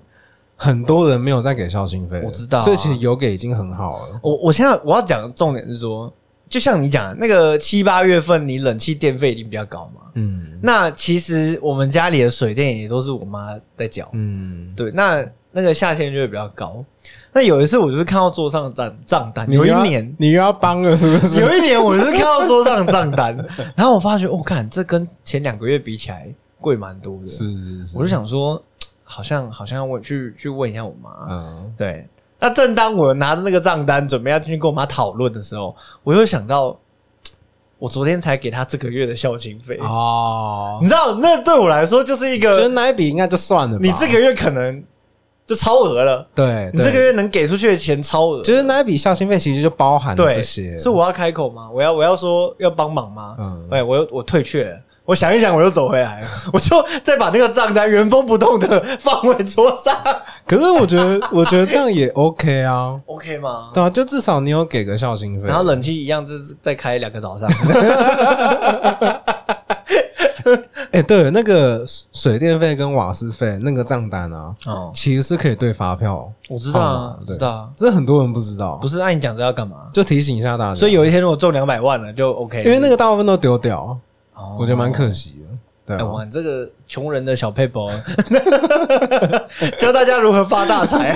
[SPEAKER 2] 很多人没有在给孝心费了，
[SPEAKER 1] 我知道啊
[SPEAKER 2] 所以其实有给已经很好了。
[SPEAKER 1] 我我现在我要讲的重点是说，就像你讲的那个七八月份，你冷气电费一定比较高嘛。
[SPEAKER 2] 嗯
[SPEAKER 1] 那其实我们家里的水电也都是我妈在缴，
[SPEAKER 2] 嗯，
[SPEAKER 1] 对，那那个夏天就会比较高。那有一次我就是看到桌上的账账单，
[SPEAKER 2] 你又
[SPEAKER 1] 有一
[SPEAKER 2] 要
[SPEAKER 1] 年，
[SPEAKER 2] 你又要帮了，是不是？
[SPEAKER 1] 有一年我就是看到桌上的账单，然后我发觉，我、看这跟前两个月比起来贵蛮多的，
[SPEAKER 2] 是是是，
[SPEAKER 1] 我就想说，好像好像我去去问一下我妈，
[SPEAKER 2] 嗯，
[SPEAKER 1] 对。那正当我拿着那个账单准备要进去跟我妈讨论的时候，我又想到，我昨天才给她这个月的孝亲费，
[SPEAKER 2] 哦
[SPEAKER 1] 你，知道，那对我来说就是一个，
[SPEAKER 2] 觉得那一笔应该就算了吧。
[SPEAKER 1] 你这个月可能就超额了，
[SPEAKER 2] 对，
[SPEAKER 1] 你这
[SPEAKER 2] 对
[SPEAKER 1] 个月能给出去的钱超额，
[SPEAKER 2] 就是那一笔孝心费其实就包含了这
[SPEAKER 1] 对，
[SPEAKER 2] 些，
[SPEAKER 1] 所以我要开口吗？我要我要说要帮忙吗？
[SPEAKER 2] 嗯
[SPEAKER 1] 哎，我又我退却了。我想一想，我又走回来了， *laughs* 我就再把那个账单原封不动的放回桌上
[SPEAKER 2] 可是我觉得，我觉得这样也 OK 啊，
[SPEAKER 1] ，OK 吗？
[SPEAKER 2] 对啊，就至少你有给个孝心费，
[SPEAKER 1] 然后冷气一样，就是再开两个早上。
[SPEAKER 2] 哎、对，那个水电费跟瓦斯费那个账单啊，
[SPEAKER 1] *laughs* 哦，
[SPEAKER 2] 其实是可以对发票，
[SPEAKER 1] 我知道
[SPEAKER 2] 号
[SPEAKER 1] 啊
[SPEAKER 2] 码，
[SPEAKER 1] 知
[SPEAKER 2] 对
[SPEAKER 1] 道啊，
[SPEAKER 2] 这很多人不知道，
[SPEAKER 1] 不是按你讲这要干嘛？
[SPEAKER 2] 就提醒一下大家，
[SPEAKER 1] 所以有一天如果中两百万了，就 OK 了。
[SPEAKER 2] 因为那个大部分都丢掉，
[SPEAKER 1] 哦
[SPEAKER 2] 我觉得蛮可惜的，对
[SPEAKER 1] 哎，
[SPEAKER 2] 啊、
[SPEAKER 1] 哇，你这个穷人的小 paper，教大家如何发大财，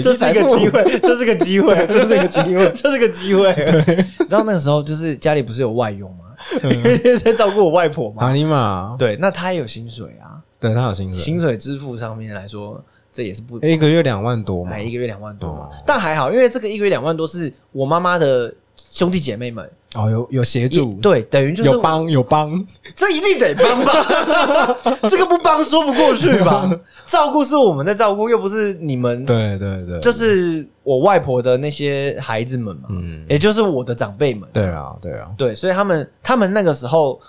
[SPEAKER 1] 这
[SPEAKER 2] 积
[SPEAKER 1] 是一
[SPEAKER 2] 财
[SPEAKER 1] 个
[SPEAKER 2] 富
[SPEAKER 1] 机，会，这是个机会，
[SPEAKER 2] 这是一个机
[SPEAKER 1] *laughs*
[SPEAKER 2] 会，
[SPEAKER 1] 这是个机会。你知道那个时候就是家里不 *laughs*
[SPEAKER 2] 嗯
[SPEAKER 1] 是有外佣吗？因为在照顾我外婆嘛。
[SPEAKER 2] 阿尼玛，
[SPEAKER 1] 对，那她也有薪水啊。
[SPEAKER 2] 对他有薪水，
[SPEAKER 1] 薪水支付上面来说，这也是不
[SPEAKER 2] 一个月两万多嘛
[SPEAKER 1] 哎，，一个月两万多嘛
[SPEAKER 2] 哎哦，
[SPEAKER 1] 但还好，因为这个一个月两万多是我妈妈的兄弟姐妹们，
[SPEAKER 2] 哦，有有协
[SPEAKER 1] 也
[SPEAKER 2] 助，
[SPEAKER 1] 对，等于就是
[SPEAKER 2] 有帮有帮，
[SPEAKER 1] 这一定得帮
[SPEAKER 2] *laughs*
[SPEAKER 1] 吧，这个不帮说不过去吧？照顾是我们在照顾，又不是你们，
[SPEAKER 2] 对对对，
[SPEAKER 1] 就是我外婆的那些孩子们嘛，
[SPEAKER 2] 嗯，
[SPEAKER 1] 也就是我的长辈们，
[SPEAKER 2] 对啊对啊，
[SPEAKER 1] 对，所以他们他们那个时候，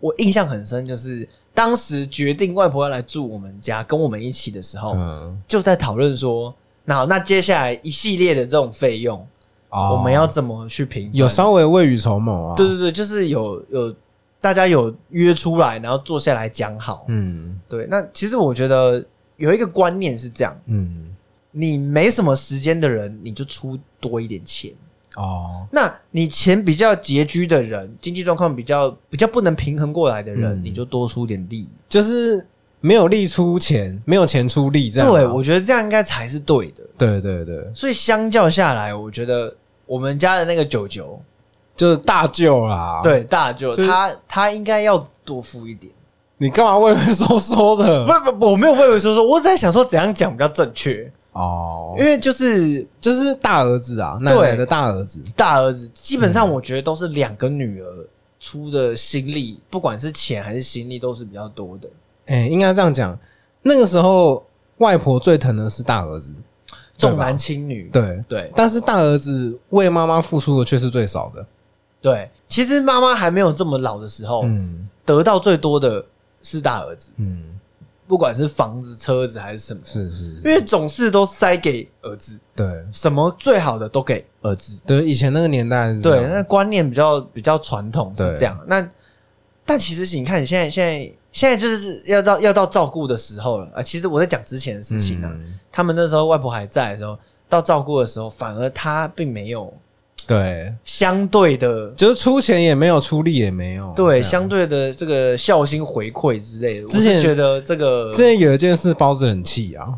[SPEAKER 1] 我印象很深，就是当时决定外婆要来住我们家，跟我们一起的时候，
[SPEAKER 2] 嗯，
[SPEAKER 1] 就在讨论说，那好，那接下来一系列的这种费用，
[SPEAKER 2] 哦
[SPEAKER 1] 我们要怎么去平分？
[SPEAKER 2] 有稍微未雨绸缪啊，
[SPEAKER 1] 对对对，就是有有大家有约出来，然后坐下来讲好。
[SPEAKER 2] 嗯
[SPEAKER 1] 对，那其实我觉得有一个观念是这样：
[SPEAKER 2] 嗯，
[SPEAKER 1] 你没什么时间的人，你就出多一点钱。
[SPEAKER 2] 哦，
[SPEAKER 1] 那你钱比较拮据的人，经济状况比较比较不能平衡过来的人，
[SPEAKER 2] 嗯
[SPEAKER 1] 你就多出点力。
[SPEAKER 2] 就是没有力出钱，没有钱出力，这样啊，
[SPEAKER 1] 对，我觉得这样应该才是对的。
[SPEAKER 2] 对对对，
[SPEAKER 1] 所以相较下来，我觉得我们家的那个九九，
[SPEAKER 2] 就是大舅啦，，
[SPEAKER 1] 对大舅，
[SPEAKER 2] 就是
[SPEAKER 1] 他他应该要多付一点。
[SPEAKER 2] 你干嘛畏畏缩缩的？
[SPEAKER 1] 不不不，我没有畏畏缩缩，我只在想说怎样讲比较正确，
[SPEAKER 2] 哦
[SPEAKER 1] 因，为就是
[SPEAKER 2] 就是大儿子啊，奶奶的大儿子，
[SPEAKER 1] 大儿子，基本上我觉得都是两个女儿出的心力，不管是钱还是心力都是比较多的。
[SPEAKER 2] 哎，应该这样讲，那个时候外婆最疼的是大儿子，
[SPEAKER 1] 重男轻女，
[SPEAKER 2] 对，
[SPEAKER 1] 对
[SPEAKER 2] 但是大儿子为妈妈付出的却是最少的，
[SPEAKER 1] 对，其实妈妈还没有这么老的时候，
[SPEAKER 2] 嗯
[SPEAKER 1] 得到最多的是大儿子，
[SPEAKER 2] 嗯，
[SPEAKER 1] 不管是房子、车子还是什么，
[SPEAKER 2] 是是，
[SPEAKER 1] 因为总是都塞给儿子，
[SPEAKER 2] 对。
[SPEAKER 1] 什么最好的都给儿子。
[SPEAKER 2] 对，以前那个年代是这
[SPEAKER 1] 对，
[SPEAKER 2] 样
[SPEAKER 1] 那观念比较比较传统是
[SPEAKER 2] 对
[SPEAKER 1] 这样。那但其实你看，你现在现在现在就是要到要到照顾的时候了啊、其实我在讲之前的事情啊，
[SPEAKER 2] 嗯
[SPEAKER 1] 他们那时候外婆还在的时候，到照顾的时候，反而他并没有
[SPEAKER 2] 对，
[SPEAKER 1] 相对的
[SPEAKER 2] 就是出钱也没有，出力也没有。
[SPEAKER 1] 对
[SPEAKER 2] 哦这样
[SPEAKER 1] 相对的这个孝心回馈之类的。我
[SPEAKER 2] 之
[SPEAKER 1] 是
[SPEAKER 2] 前
[SPEAKER 1] 觉得这个
[SPEAKER 2] 之前有一件事包子很气啊，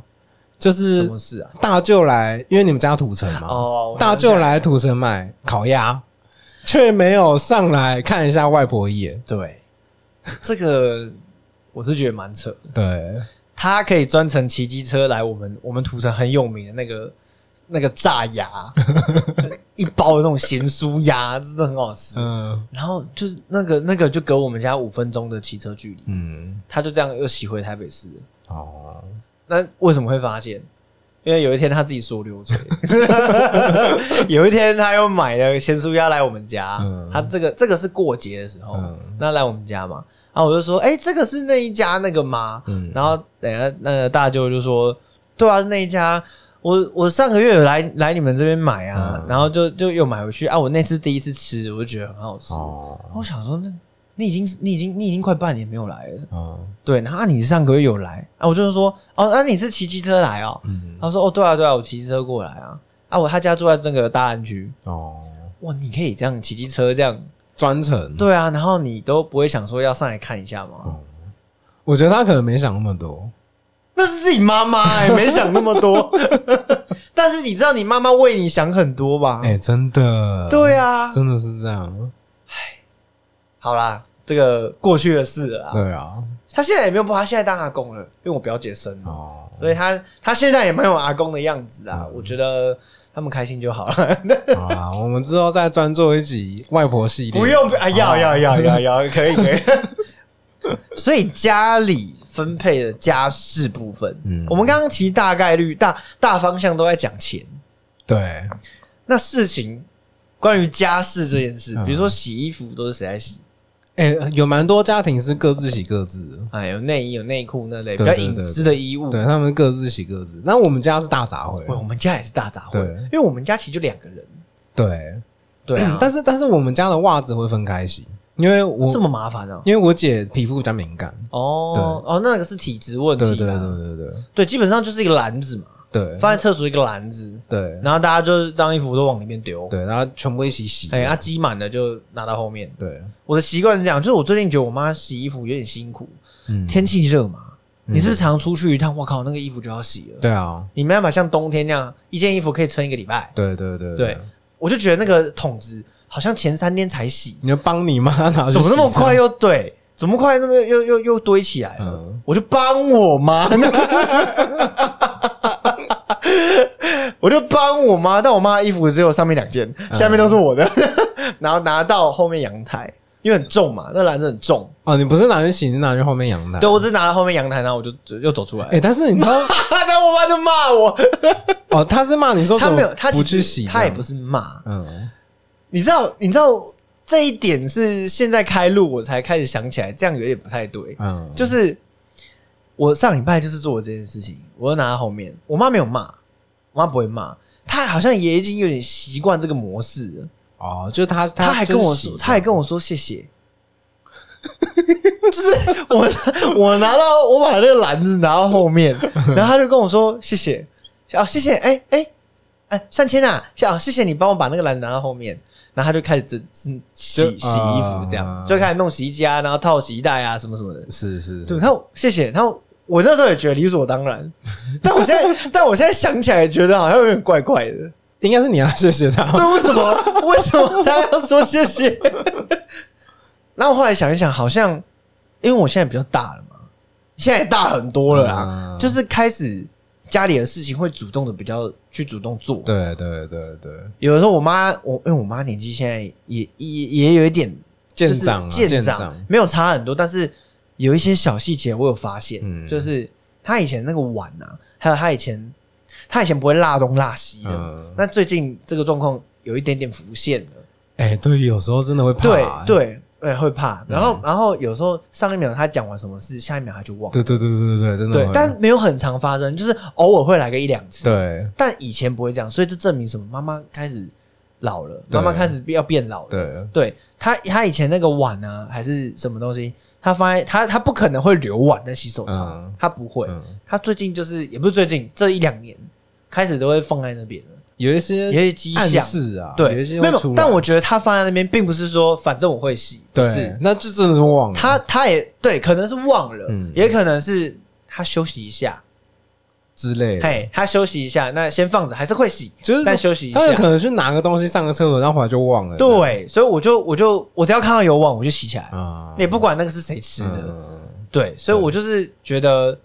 [SPEAKER 2] 就
[SPEAKER 1] 什
[SPEAKER 2] 是
[SPEAKER 1] 么事啊？
[SPEAKER 2] 大舅来，因为你们家土城嘛，
[SPEAKER 1] 哦，
[SPEAKER 2] 大舅来土城买烤鸭，却没有上来看一下外婆一眼。
[SPEAKER 1] 对 *laughs* 这个，我是觉得蛮扯的。
[SPEAKER 2] 对，
[SPEAKER 1] 他可以专程骑机车来我们我们土城很有名的那个那个炸
[SPEAKER 2] *laughs*
[SPEAKER 1] 鸭，一包的那种咸酥鸭，真的很好吃。
[SPEAKER 2] 嗯
[SPEAKER 1] 然后就是那个那个就隔我们家五分钟的骑车距离，
[SPEAKER 2] 嗯，
[SPEAKER 1] 他就这样又骑回台北市了。
[SPEAKER 2] 哦，
[SPEAKER 1] 那为什么会发现？因为有一天他自己说溜
[SPEAKER 2] *laughs*
[SPEAKER 1] 嘴，有一天他又买了咸酥鸭来我们家，
[SPEAKER 2] 嗯
[SPEAKER 1] 他这个这个是过节的时候，
[SPEAKER 2] 嗯
[SPEAKER 1] 那来我们家嘛，然后我就说，哎、这个是那一家那个吗？
[SPEAKER 2] 嗯
[SPEAKER 1] 然后等一下那个大舅就说，对啊，那一家。我我上个月有来来你们这边买啊，
[SPEAKER 2] 嗯
[SPEAKER 1] 然后就就又买回去啊。我那次第一次吃，我就觉得很好吃。
[SPEAKER 2] 哦，
[SPEAKER 1] 我想说，那你已经你已经你已经快半年没有来了，
[SPEAKER 2] 嗯
[SPEAKER 1] 对，然后、啊、你上个月有来啊，我就是说，哦，那、你是骑机车来哦？
[SPEAKER 2] 嗯，
[SPEAKER 1] 他说，哦，对啊，对啊，我骑机车过来啊，啊，我他家住在这个大安区，
[SPEAKER 2] 哦，
[SPEAKER 1] 哇，你可以这样骑机车这样，
[SPEAKER 2] 专程。
[SPEAKER 1] 对啊，然后你都不会想说要上来看一下吗？
[SPEAKER 2] 哦，我觉得他可能没想那么多。
[SPEAKER 1] 那是自己妈妈、欸，没想那么
[SPEAKER 2] *laughs*
[SPEAKER 1] 多，但是你知道你妈妈为你想很多吧？
[SPEAKER 2] 哎，真的，
[SPEAKER 1] 啊对啊，
[SPEAKER 2] 真的是这样。
[SPEAKER 1] 好啦，这个过去的事了啦，
[SPEAKER 2] 对啊，
[SPEAKER 1] 他现在也没有不，他现在当阿公了，因为我表姐生了。
[SPEAKER 2] 哦，
[SPEAKER 1] 所以他他现在也蛮有阿公的样子啊，
[SPEAKER 2] 嗯
[SPEAKER 1] 我觉得他们开心就好了。
[SPEAKER 2] 好啦，我们之后再专做一集外婆系
[SPEAKER 1] *laughs*
[SPEAKER 2] 列。
[SPEAKER 1] 不用啊，要
[SPEAKER 2] 哦
[SPEAKER 1] 要要要要，可以可
[SPEAKER 2] *laughs*
[SPEAKER 1] 以。所以家里分配的家事部分，
[SPEAKER 2] 嗯
[SPEAKER 1] 我们刚刚其实大概率、大大方向都在讲钱。
[SPEAKER 2] 对，
[SPEAKER 1] 那事情关于家事这件事，
[SPEAKER 2] 嗯
[SPEAKER 1] 比如说洗衣服都是谁在洗？
[SPEAKER 2] 哎、有蛮多家庭是各自洗各自的，
[SPEAKER 1] 哎，有内衣有内裤那类比
[SPEAKER 2] 对
[SPEAKER 1] 较
[SPEAKER 2] 对
[SPEAKER 1] 隐
[SPEAKER 2] 对
[SPEAKER 1] 私的衣物。
[SPEAKER 2] 对他们各自洗各自。那我们家是大杂
[SPEAKER 1] 喂我
[SPEAKER 2] 烩，
[SPEAKER 1] 们家也是大杂烩
[SPEAKER 2] 对，
[SPEAKER 1] 因为我们家其实就两个人。
[SPEAKER 2] 对，嗯
[SPEAKER 1] 对啊，
[SPEAKER 2] 但
[SPEAKER 1] 是
[SPEAKER 2] 是但是我们家的袜子会分开洗，因为我
[SPEAKER 1] 这么麻烦啊。
[SPEAKER 2] 因为我姐皮肤比较敏感，
[SPEAKER 1] 哦哦，那个是体质问题
[SPEAKER 2] 对
[SPEAKER 1] 啦。
[SPEAKER 2] 对对对对
[SPEAKER 1] 对，基本上就是一个篮子嘛，
[SPEAKER 2] 对
[SPEAKER 1] 放在厕所一个篮子，
[SPEAKER 2] 对
[SPEAKER 1] 然后大家就是脏衣服都往里面丢。
[SPEAKER 2] 对，然后全部一起洗，
[SPEAKER 1] 哎，啊，积满了就拿到后面。
[SPEAKER 2] 对，
[SPEAKER 1] 我的习惯是这样，就是我最近觉得我妈洗衣服有点辛苦，
[SPEAKER 2] 嗯，
[SPEAKER 1] 天气热嘛，你是不是常出去一趟？我靠，那个衣服就要洗了，
[SPEAKER 2] 对啊，
[SPEAKER 1] 你没办法像冬天那样一件衣服可以撑一个礼拜。
[SPEAKER 2] 对对对啊
[SPEAKER 1] 对，我就觉得那个桶子好像前三天才洗，
[SPEAKER 2] 啊你就帮你妈拿去洗，
[SPEAKER 1] 怎么那么快又对？怎么快那么又又又堆起来了？
[SPEAKER 2] 嗯
[SPEAKER 1] 我就帮我妈， *laughs* 我就帮我妈，但我妈的衣服只有上面两件，
[SPEAKER 2] 嗯
[SPEAKER 1] 下面都是我的， *laughs* 然后拿到后面阳台，因为很重嘛，那篮子很重，
[SPEAKER 2] 哦，你不是拿去洗，你是拿去后面阳台。
[SPEAKER 1] 对我只是拿到后面阳台，然后我就就又走出来了 *laughs*
[SPEAKER 2] 嗯哎、，但是你知道，
[SPEAKER 1] 然后我妈就骂我，
[SPEAKER 2] 哦，他是骂你说
[SPEAKER 1] 她
[SPEAKER 2] 怎么
[SPEAKER 1] 没有，她
[SPEAKER 2] 不
[SPEAKER 1] 其
[SPEAKER 2] 去
[SPEAKER 1] 实
[SPEAKER 2] 洗，
[SPEAKER 1] 她也不
[SPEAKER 2] 是，
[SPEAKER 1] 是骂，
[SPEAKER 2] 嗯，
[SPEAKER 1] 你知道，你知道这一点是现在开录我才开始想起来，这样有点不太对。
[SPEAKER 2] 嗯，
[SPEAKER 1] 就是我上礼拜就是做了这件事情，我就拿到后面，我妈没有骂，我妈不会骂，她好像也已经有点习惯这个模式了。
[SPEAKER 2] 哦，就是他，他
[SPEAKER 1] 她还跟我说，她还跟
[SPEAKER 2] 我，
[SPEAKER 1] 我说谢谢。 *laughs* 就是我我拿到我把那个篮子拿到后面，然后她就跟我说谢谢，啊谢谢，哎哎哎三千啊，谢啊谢谢你帮我把那个篮子拿到后面，然后她就开始整整洗
[SPEAKER 2] 就
[SPEAKER 1] 洗衣服这样
[SPEAKER 2] 啊，
[SPEAKER 1] 就开始弄洗衣机啊，然后套洗衣袋啊什么什么的，
[SPEAKER 2] 是是，
[SPEAKER 1] 对，
[SPEAKER 2] 是
[SPEAKER 1] 然后谢谢，然后我那时候也觉得理所当然， *laughs* 但我现在但我现在想起来觉得好像有点怪怪的，
[SPEAKER 2] 应该是你要啊谢谢
[SPEAKER 1] *laughs*
[SPEAKER 2] 他，
[SPEAKER 1] 对，为什么为什 *laughs* 么大家要说谢谢？ *laughs* 然后我后来想一想，好像因为我现在比较大了嘛，现在也大很多了啦，
[SPEAKER 2] 嗯
[SPEAKER 1] 就是开始家里的事情会主动的比较去主动做。
[SPEAKER 2] 对对对对，
[SPEAKER 1] 有的时候我妈，我因为我妈年纪现在也也也有一点
[SPEAKER 2] 舰长啊
[SPEAKER 1] 就是
[SPEAKER 2] 舰
[SPEAKER 1] 舰
[SPEAKER 2] 长
[SPEAKER 1] 长，没有差很多，但是有一些小细节我有发现，
[SPEAKER 2] 嗯
[SPEAKER 1] 就是她以前那个碗啊，还有她以前她以前不会辣东辣西的，
[SPEAKER 2] 嗯
[SPEAKER 1] 但最近这个状况有一点点浮现了，
[SPEAKER 2] 哎、对，有时候真的会怕、
[SPEAKER 1] 对
[SPEAKER 2] 哎嗯
[SPEAKER 1] 对。对，会怕，然后、然后有时候上一秒她讲完什么事，下一秒她就忘了，
[SPEAKER 2] 对对对对对对，真的
[SPEAKER 1] 对
[SPEAKER 2] 会，
[SPEAKER 1] 但没有很常发生，就是偶尔会来个一两次，
[SPEAKER 2] 对
[SPEAKER 1] 但以前不会这样，所以这证明什么？妈妈开始老了，
[SPEAKER 2] 对
[SPEAKER 1] 妈妈开始要变老了。
[SPEAKER 2] 对
[SPEAKER 1] 对，她她以前那个碗啊，还是什么东西，她放在她她不可能会留碗在洗手槽，
[SPEAKER 2] 嗯
[SPEAKER 1] 她不会。
[SPEAKER 2] 嗯，
[SPEAKER 1] 她最近就是也不是最近这一两年开始都会放在那边了，
[SPEAKER 2] 有一些
[SPEAKER 1] 有一些迹
[SPEAKER 2] 暗
[SPEAKER 1] 象。
[SPEAKER 2] 示啊，有
[SPEAKER 1] 对
[SPEAKER 2] 一，些
[SPEAKER 1] 没
[SPEAKER 2] 会
[SPEAKER 1] 有
[SPEAKER 2] 出，来
[SPEAKER 1] 但我觉得她放在那边，并不是说反正我会洗，不
[SPEAKER 2] 对
[SPEAKER 1] 是，
[SPEAKER 2] 那就真的是忘了，
[SPEAKER 1] 她她也对，可能是忘了，
[SPEAKER 2] 嗯
[SPEAKER 1] 也可能是她休息一下，
[SPEAKER 2] 之类的，
[SPEAKER 1] 嘿，她休息一下，那先放着，还是会洗，
[SPEAKER 2] 嗯就是
[SPEAKER 1] 但休息一下
[SPEAKER 2] 他。有可能去拿个东西上个厕所，然后回来就忘了，
[SPEAKER 1] 对，所以我就我就我只要看到有网，我就洗起来，
[SPEAKER 2] 啊，
[SPEAKER 1] 也不管那个是谁吃的。
[SPEAKER 2] 嗯
[SPEAKER 1] 对，所以我就是觉得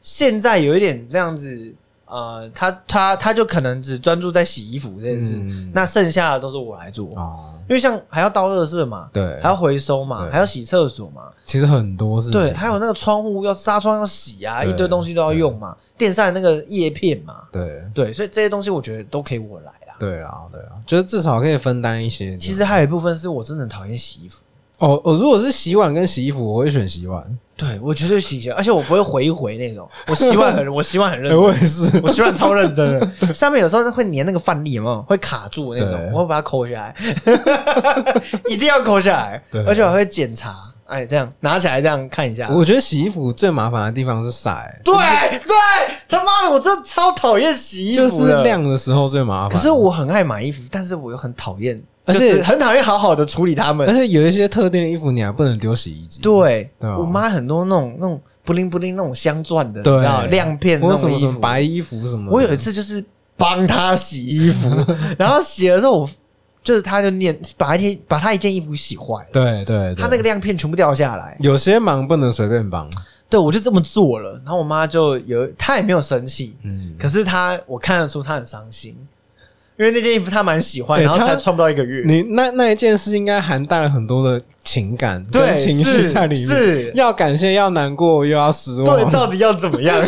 [SPEAKER 1] 现在有一点这样子，呃，他他他就可能只专注在洗衣服这件事，
[SPEAKER 2] 嗯
[SPEAKER 1] 那剩下的都是我来做，
[SPEAKER 2] 哦，
[SPEAKER 1] 因为像还要倒垃圾嘛，
[SPEAKER 2] 对
[SPEAKER 1] 还要回收嘛，
[SPEAKER 2] 对
[SPEAKER 1] 还要洗厕所嘛，
[SPEAKER 2] 其实很多事情，
[SPEAKER 1] 对，还有那个窗户要纱窗要洗啊，
[SPEAKER 2] 对
[SPEAKER 1] 一堆东西都要用嘛，电扇那个叶片嘛，
[SPEAKER 2] 对
[SPEAKER 1] 对，所以这些东西我觉得都可以我来啦。
[SPEAKER 2] 对啊对啊，就是至少可以分担一些。
[SPEAKER 1] 其实还有一部分是我真的很讨厌洗衣服。
[SPEAKER 2] 哦哦，如果是洗碗跟洗衣服，我会选洗碗。
[SPEAKER 1] 对，我绝对洗洗，而且我不会回一回那种。我洗碗很，我 *laughs* 洗碗很认
[SPEAKER 2] 哎，
[SPEAKER 1] 真，
[SPEAKER 2] 我也是，
[SPEAKER 1] *laughs* 我洗碗超认真
[SPEAKER 2] *laughs*
[SPEAKER 1] 的。上面有时候会粘那个饭粒，有没有？会卡住那种
[SPEAKER 2] 对，
[SPEAKER 1] 我会把它抠下来， *laughs* 一定要抠下来
[SPEAKER 2] 对，
[SPEAKER 1] 而且我还会检查。哎，这样拿起来这样看一下。
[SPEAKER 2] 我觉得洗衣服最麻烦的地方是晒，
[SPEAKER 1] 啊对对，他妈的，我真的超讨厌洗衣
[SPEAKER 2] 就
[SPEAKER 1] 服的
[SPEAKER 2] 是。晾的时候最麻
[SPEAKER 1] 可
[SPEAKER 2] 烦。
[SPEAKER 1] 是我很爱买衣服，但是我又很讨厌，
[SPEAKER 2] 而且
[SPEAKER 1] 就是很讨厌好好的处理它
[SPEAKER 2] 而
[SPEAKER 1] 们。
[SPEAKER 2] 且有一些特定的衣服你还不能丢洗衣机。
[SPEAKER 1] 对，
[SPEAKER 2] 对啊
[SPEAKER 1] 我妈很多那种那种不灵不灵那种镶钻的，你
[SPEAKER 2] 对
[SPEAKER 1] 知道亮片那
[SPEAKER 2] 或者什
[SPEAKER 1] 种
[SPEAKER 2] 么
[SPEAKER 1] 衣
[SPEAKER 2] 什
[SPEAKER 1] 服
[SPEAKER 2] 么。白衣服什么的，
[SPEAKER 1] 我有一次就是帮他洗衣
[SPEAKER 2] *laughs*
[SPEAKER 1] 服，然后洗了之后，我就是他就念把一天把他一件衣服洗坏了，
[SPEAKER 2] 对对，对
[SPEAKER 1] 他那个亮片全部掉下来。
[SPEAKER 2] 有些忙不能随便帮，
[SPEAKER 1] 对，我就这么做了，然后我妈就有，她也没有生气，
[SPEAKER 2] 嗯，
[SPEAKER 1] 可是她我看得出她很伤心，因为那件衣服她蛮喜欢，
[SPEAKER 2] 哎
[SPEAKER 1] 然后才
[SPEAKER 2] 她
[SPEAKER 1] 穿不到一个月。
[SPEAKER 2] 你那那一件事应该含带了很多的情感跟
[SPEAKER 1] 对
[SPEAKER 2] 情绪
[SPEAKER 1] 是
[SPEAKER 2] 在里面，
[SPEAKER 1] 是
[SPEAKER 2] 要感谢，要难过，又要失
[SPEAKER 1] 对，
[SPEAKER 2] 望，
[SPEAKER 1] 到底要怎么
[SPEAKER 2] *laughs*
[SPEAKER 1] 样？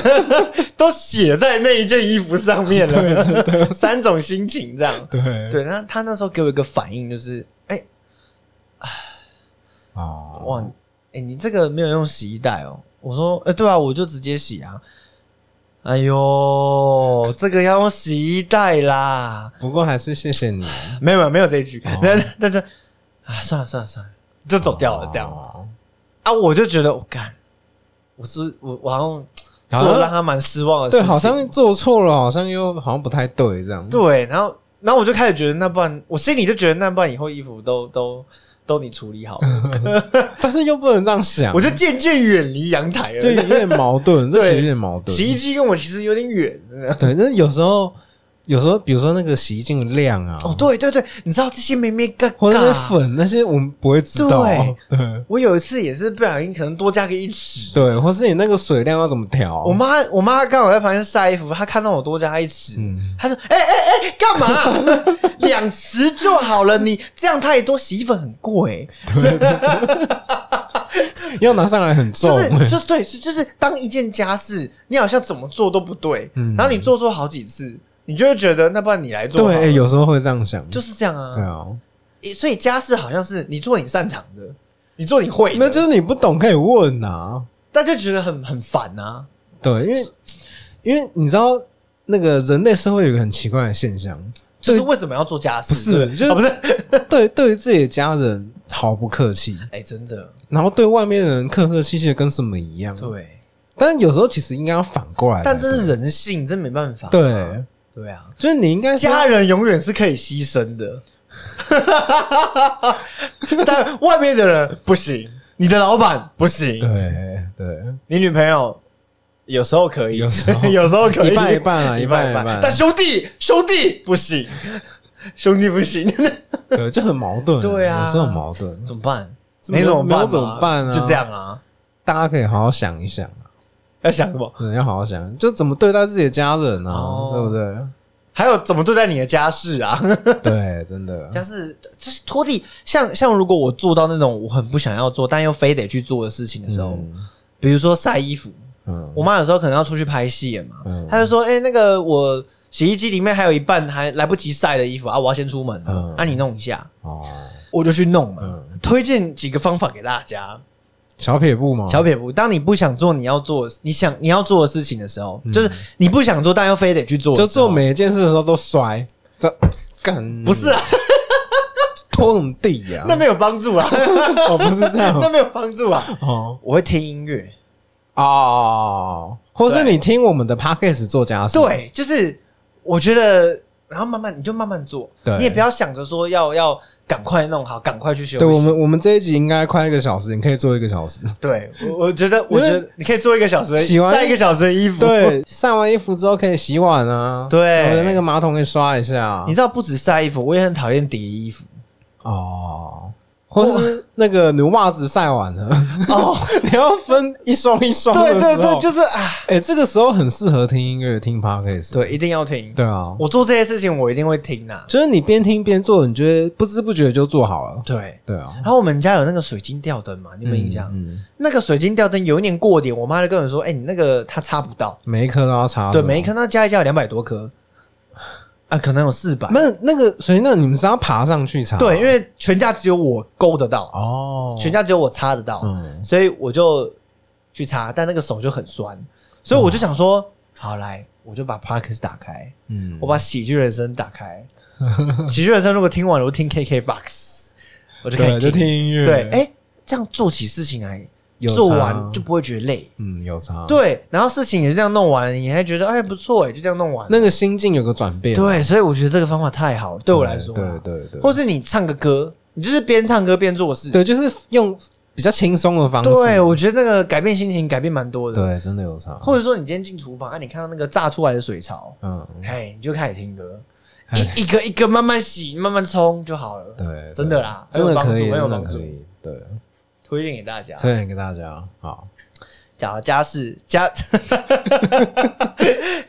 [SPEAKER 1] 都写在那一件衣服上面了，三种心情这样。
[SPEAKER 2] 对
[SPEAKER 1] 对，那她那时候给我一个反应就是，哎、
[SPEAKER 2] 哦，
[SPEAKER 1] 哇，哎、你这个没有用洗衣袋哦。我说，哎、对啊，我就直接洗啊。哎呦，这个要用洗衣袋啦。
[SPEAKER 2] 不过还是谢谢你，啊
[SPEAKER 1] 没有没有没有这一句
[SPEAKER 2] 哦，
[SPEAKER 1] 但但是啊，算了算了算了，就走掉了这样
[SPEAKER 2] 哦
[SPEAKER 1] 啊。我就觉得，我干，我是我我好像
[SPEAKER 2] 好像
[SPEAKER 1] 做了让他蛮失望的事
[SPEAKER 2] 啊对，
[SPEAKER 1] 情，
[SPEAKER 2] 好像做错了，好像又好像不太对这样，
[SPEAKER 1] 对。然后然后我就开始觉得，那不然我心里就觉得，那不然以后衣服都都都你处理好了，
[SPEAKER 2] *laughs* 但是又不能这样想，
[SPEAKER 1] 我就渐渐远离阳台
[SPEAKER 2] 就有
[SPEAKER 1] 了。
[SPEAKER 2] 点矛盾，这其
[SPEAKER 1] 对
[SPEAKER 2] 实有点矛盾，
[SPEAKER 1] 洗衣机跟我其实有点远，真的
[SPEAKER 2] 对，但是有时候有时候比如说那个洗衣精的量啊，
[SPEAKER 1] 哦，对对对，你知道这些明明嘎
[SPEAKER 2] 或者是
[SPEAKER 1] 嘎，
[SPEAKER 2] 粉那些我们不会知道，
[SPEAKER 1] 对
[SPEAKER 2] 对
[SPEAKER 1] 我有一次也是不小心，可能多加个一尺。
[SPEAKER 2] 对，或是你那个水量要怎么调？
[SPEAKER 1] 我妈，我妈刚好在旁边晒衣服，她看到我多加一尺，
[SPEAKER 2] 嗯
[SPEAKER 1] 她说：“哎哎哎，干嘛？ *laughs* 两匙就好了，你这样太多，洗衣粉很贵、
[SPEAKER 2] 要拿上来很重、
[SPEAKER 1] 就是就是对，是就是当一件家事，你好像怎么做都不对，
[SPEAKER 2] 嗯
[SPEAKER 1] 然后你做错好几次，你就会觉得那不然你来做好
[SPEAKER 2] 对、
[SPEAKER 1] 了，
[SPEAKER 2] 欸有时候会这样想，
[SPEAKER 1] 就是这样啊。
[SPEAKER 2] 对啊，
[SPEAKER 1] 诶所以家事好像是你做你擅长的，你做你会的，
[SPEAKER 2] 那就是你不懂可以问啊，
[SPEAKER 1] 但就觉得很很烦啊。
[SPEAKER 2] 对，因为因为你知道那个人类社会有一个很奇怪的现 *laughs* 象，
[SPEAKER 1] 就
[SPEAKER 2] 对
[SPEAKER 1] 是为什么要做家事？
[SPEAKER 2] 不是
[SPEAKER 1] 对
[SPEAKER 2] 就是
[SPEAKER 1] 哦不是？
[SPEAKER 2] 对对于自己的家人毫不客气，
[SPEAKER 1] 哎，真的，
[SPEAKER 2] 然后对外面的人客客气气的跟什么一样，
[SPEAKER 1] 对，
[SPEAKER 2] 但有时候其实应该要反过来，
[SPEAKER 1] 但这是人性，真没办法。
[SPEAKER 2] 对，
[SPEAKER 1] 对啊，
[SPEAKER 2] 就是你应该是
[SPEAKER 1] 家人永远是可以牺牲的， *laughs* 但外面的人不行，你的老板不行，
[SPEAKER 2] 对对，
[SPEAKER 1] 你女朋友有时候可以，
[SPEAKER 2] 有时
[SPEAKER 1] *laughs*
[SPEAKER 2] 候
[SPEAKER 1] 有时候可以，
[SPEAKER 2] 一半一半
[SPEAKER 1] *laughs*
[SPEAKER 2] 啊，
[SPEAKER 1] 一
[SPEAKER 2] 半
[SPEAKER 1] 半
[SPEAKER 2] 一
[SPEAKER 1] 一
[SPEAKER 2] 半
[SPEAKER 1] 半，，但兄弟兄弟不行， *laughs* 兄弟不行， *laughs*
[SPEAKER 2] *laughs* 对就很矛盾，
[SPEAKER 1] 对啊
[SPEAKER 2] 有时候很矛盾，
[SPEAKER 1] 怎么办？
[SPEAKER 2] 怎么
[SPEAKER 1] 没怎么办
[SPEAKER 2] 没
[SPEAKER 1] 嘛，
[SPEAKER 2] 有怎么办啊
[SPEAKER 1] 就这样啊，
[SPEAKER 2] 大家可以好好想一想啊，
[SPEAKER 1] 要想什么？
[SPEAKER 2] 可能要好好想，就怎么对待自己的家人啊，
[SPEAKER 1] 哦
[SPEAKER 2] 对不对？
[SPEAKER 1] 还有怎么对待你的家事啊？
[SPEAKER 2] 对，真的，
[SPEAKER 1] 家事就是拖地，像像如果我做到那种我很不想要做但又非得去做的事情的时候，
[SPEAKER 2] 嗯
[SPEAKER 1] 比如说晒衣服，
[SPEAKER 2] 嗯
[SPEAKER 1] 我妈有时候可能要出去拍戏了嘛，
[SPEAKER 2] 嗯
[SPEAKER 1] 她就说：“哎、那个我洗衣机里面还有一半还来不及晒的衣服啊，我要先出门了，
[SPEAKER 2] 嗯
[SPEAKER 1] 啊你弄一下。”
[SPEAKER 2] 哦，
[SPEAKER 1] 我就去弄嘛。
[SPEAKER 2] 嗯
[SPEAKER 1] 推荐几个方法给大家。
[SPEAKER 2] 小撇步嘛，
[SPEAKER 1] 小撇步，当你不想做你要做你想你要做的事情的时候，就是你不想做但又非得去做的时
[SPEAKER 2] 嗯就
[SPEAKER 1] 候，
[SPEAKER 2] 做每一件事的时候都摔，这 *laughs* 干
[SPEAKER 1] 不是啊，
[SPEAKER 2] 嗯拖什么地呀？
[SPEAKER 1] 那没有帮助啊，
[SPEAKER 2] 哦，不 *laughs* 是这
[SPEAKER 1] *laughs*
[SPEAKER 2] 样
[SPEAKER 1] 那没有哦帮助
[SPEAKER 2] *laughs*
[SPEAKER 1] 啊。
[SPEAKER 2] 哦
[SPEAKER 1] 我会听音乐，
[SPEAKER 2] 哦，或是
[SPEAKER 1] 对
[SPEAKER 2] 你听我们的 podcast 做家事，
[SPEAKER 1] 对，就是我觉得，然后慢慢你就慢慢做，
[SPEAKER 2] 对
[SPEAKER 1] 你也不要想着说要要赶快弄好，赶快去休
[SPEAKER 2] 对，我
[SPEAKER 1] 息。
[SPEAKER 2] 们我们这一集应该快一个小时，你可以做一个
[SPEAKER 1] *laughs*
[SPEAKER 2] 小时。
[SPEAKER 1] 对，我我觉得，我觉得你可以做一个小时的，
[SPEAKER 2] 洗完
[SPEAKER 1] 晒一个小时的衣服。，
[SPEAKER 2] 对，晒完衣服之后可以洗碗啊，
[SPEAKER 1] 对
[SPEAKER 2] 我的那个马桶可以刷一下啊
[SPEAKER 1] 你，知道不止晒衣服，我也很讨厌叠衣服。
[SPEAKER 2] 哦，或是那个你袜子晒完了，
[SPEAKER 1] 哦，
[SPEAKER 2] *laughs* 你要分一双一双
[SPEAKER 1] 对
[SPEAKER 2] 的
[SPEAKER 1] 对
[SPEAKER 2] 时
[SPEAKER 1] 对，
[SPEAKER 2] 候，
[SPEAKER 1] 就是啊，
[SPEAKER 2] 哎，这个时候很适合听音乐、听 podcast，
[SPEAKER 1] 对，一定要听。
[SPEAKER 2] 对啊，
[SPEAKER 1] 我做这些事情，我一定会听啊。
[SPEAKER 2] 就是你边听边做，你觉得不知不觉就做好了。
[SPEAKER 1] 对，
[SPEAKER 2] 对啊，
[SPEAKER 1] 然后我们家有那个水晶吊灯嘛，你有没有印象？
[SPEAKER 2] 嗯，嗯
[SPEAKER 1] 那个水晶吊灯有一年过点，我妈就跟我说：“哎、你那个它插不到。
[SPEAKER 2] 每一颗都要插。
[SPEAKER 1] 对，每一。颗那加一加有两百多颗，啊，可能有四百。
[SPEAKER 2] 没有那个水晶灯，你们是要爬上去插。
[SPEAKER 1] 对，因为全家只有我勾得到，
[SPEAKER 2] 哦，
[SPEAKER 1] 全家只有我插得到，
[SPEAKER 2] 嗯
[SPEAKER 1] 所以我就去插，但那个手就很酸，所以我就想说，好来，我就把 Parkes 打开，
[SPEAKER 2] 嗯
[SPEAKER 1] 我把喜剧人生打开， *laughs* 喜剧人生如果听完了，我听 KK Box，我就可
[SPEAKER 2] 对
[SPEAKER 1] 以
[SPEAKER 2] 就
[SPEAKER 1] 听，
[SPEAKER 2] 听音乐。
[SPEAKER 1] 对，哎、这样做起事情来，
[SPEAKER 2] 有
[SPEAKER 1] 做
[SPEAKER 2] 差
[SPEAKER 1] 完就不会觉得累。
[SPEAKER 2] 嗯有差。，
[SPEAKER 1] 对，然后事情也是这样弄完，你还觉得哎不错哎，就这样弄完。
[SPEAKER 2] 那个心境有个转变。
[SPEAKER 1] 对，所以我觉得这个方法太好了，对我来说啊，
[SPEAKER 2] 对对对，
[SPEAKER 1] 或
[SPEAKER 2] 或
[SPEAKER 1] 是你唱个歌，你就是边唱歌边做事。
[SPEAKER 2] 对，就是用比较轻松的方式。
[SPEAKER 1] 对，我觉得那个改变心情改变蛮多的。
[SPEAKER 2] 对，真啊的有差。
[SPEAKER 1] 或者说你今天进厨房，啊，你看到那个炸出来的水槽，
[SPEAKER 2] 嗯，哎
[SPEAKER 1] 嘿，你就开始听歌，一一个一个慢慢洗，慢慢冲就好了。
[SPEAKER 2] 对，对
[SPEAKER 1] 真的啦
[SPEAKER 2] 真
[SPEAKER 1] 很有
[SPEAKER 2] 的
[SPEAKER 1] 帮助
[SPEAKER 2] 可
[SPEAKER 1] 很
[SPEAKER 2] 以，
[SPEAKER 1] 有
[SPEAKER 2] 真的
[SPEAKER 1] 帮助
[SPEAKER 2] 可以。对，
[SPEAKER 1] 推荐给大家。
[SPEAKER 2] 推荐给大家。好，
[SPEAKER 1] 讲到家事，家 *laughs*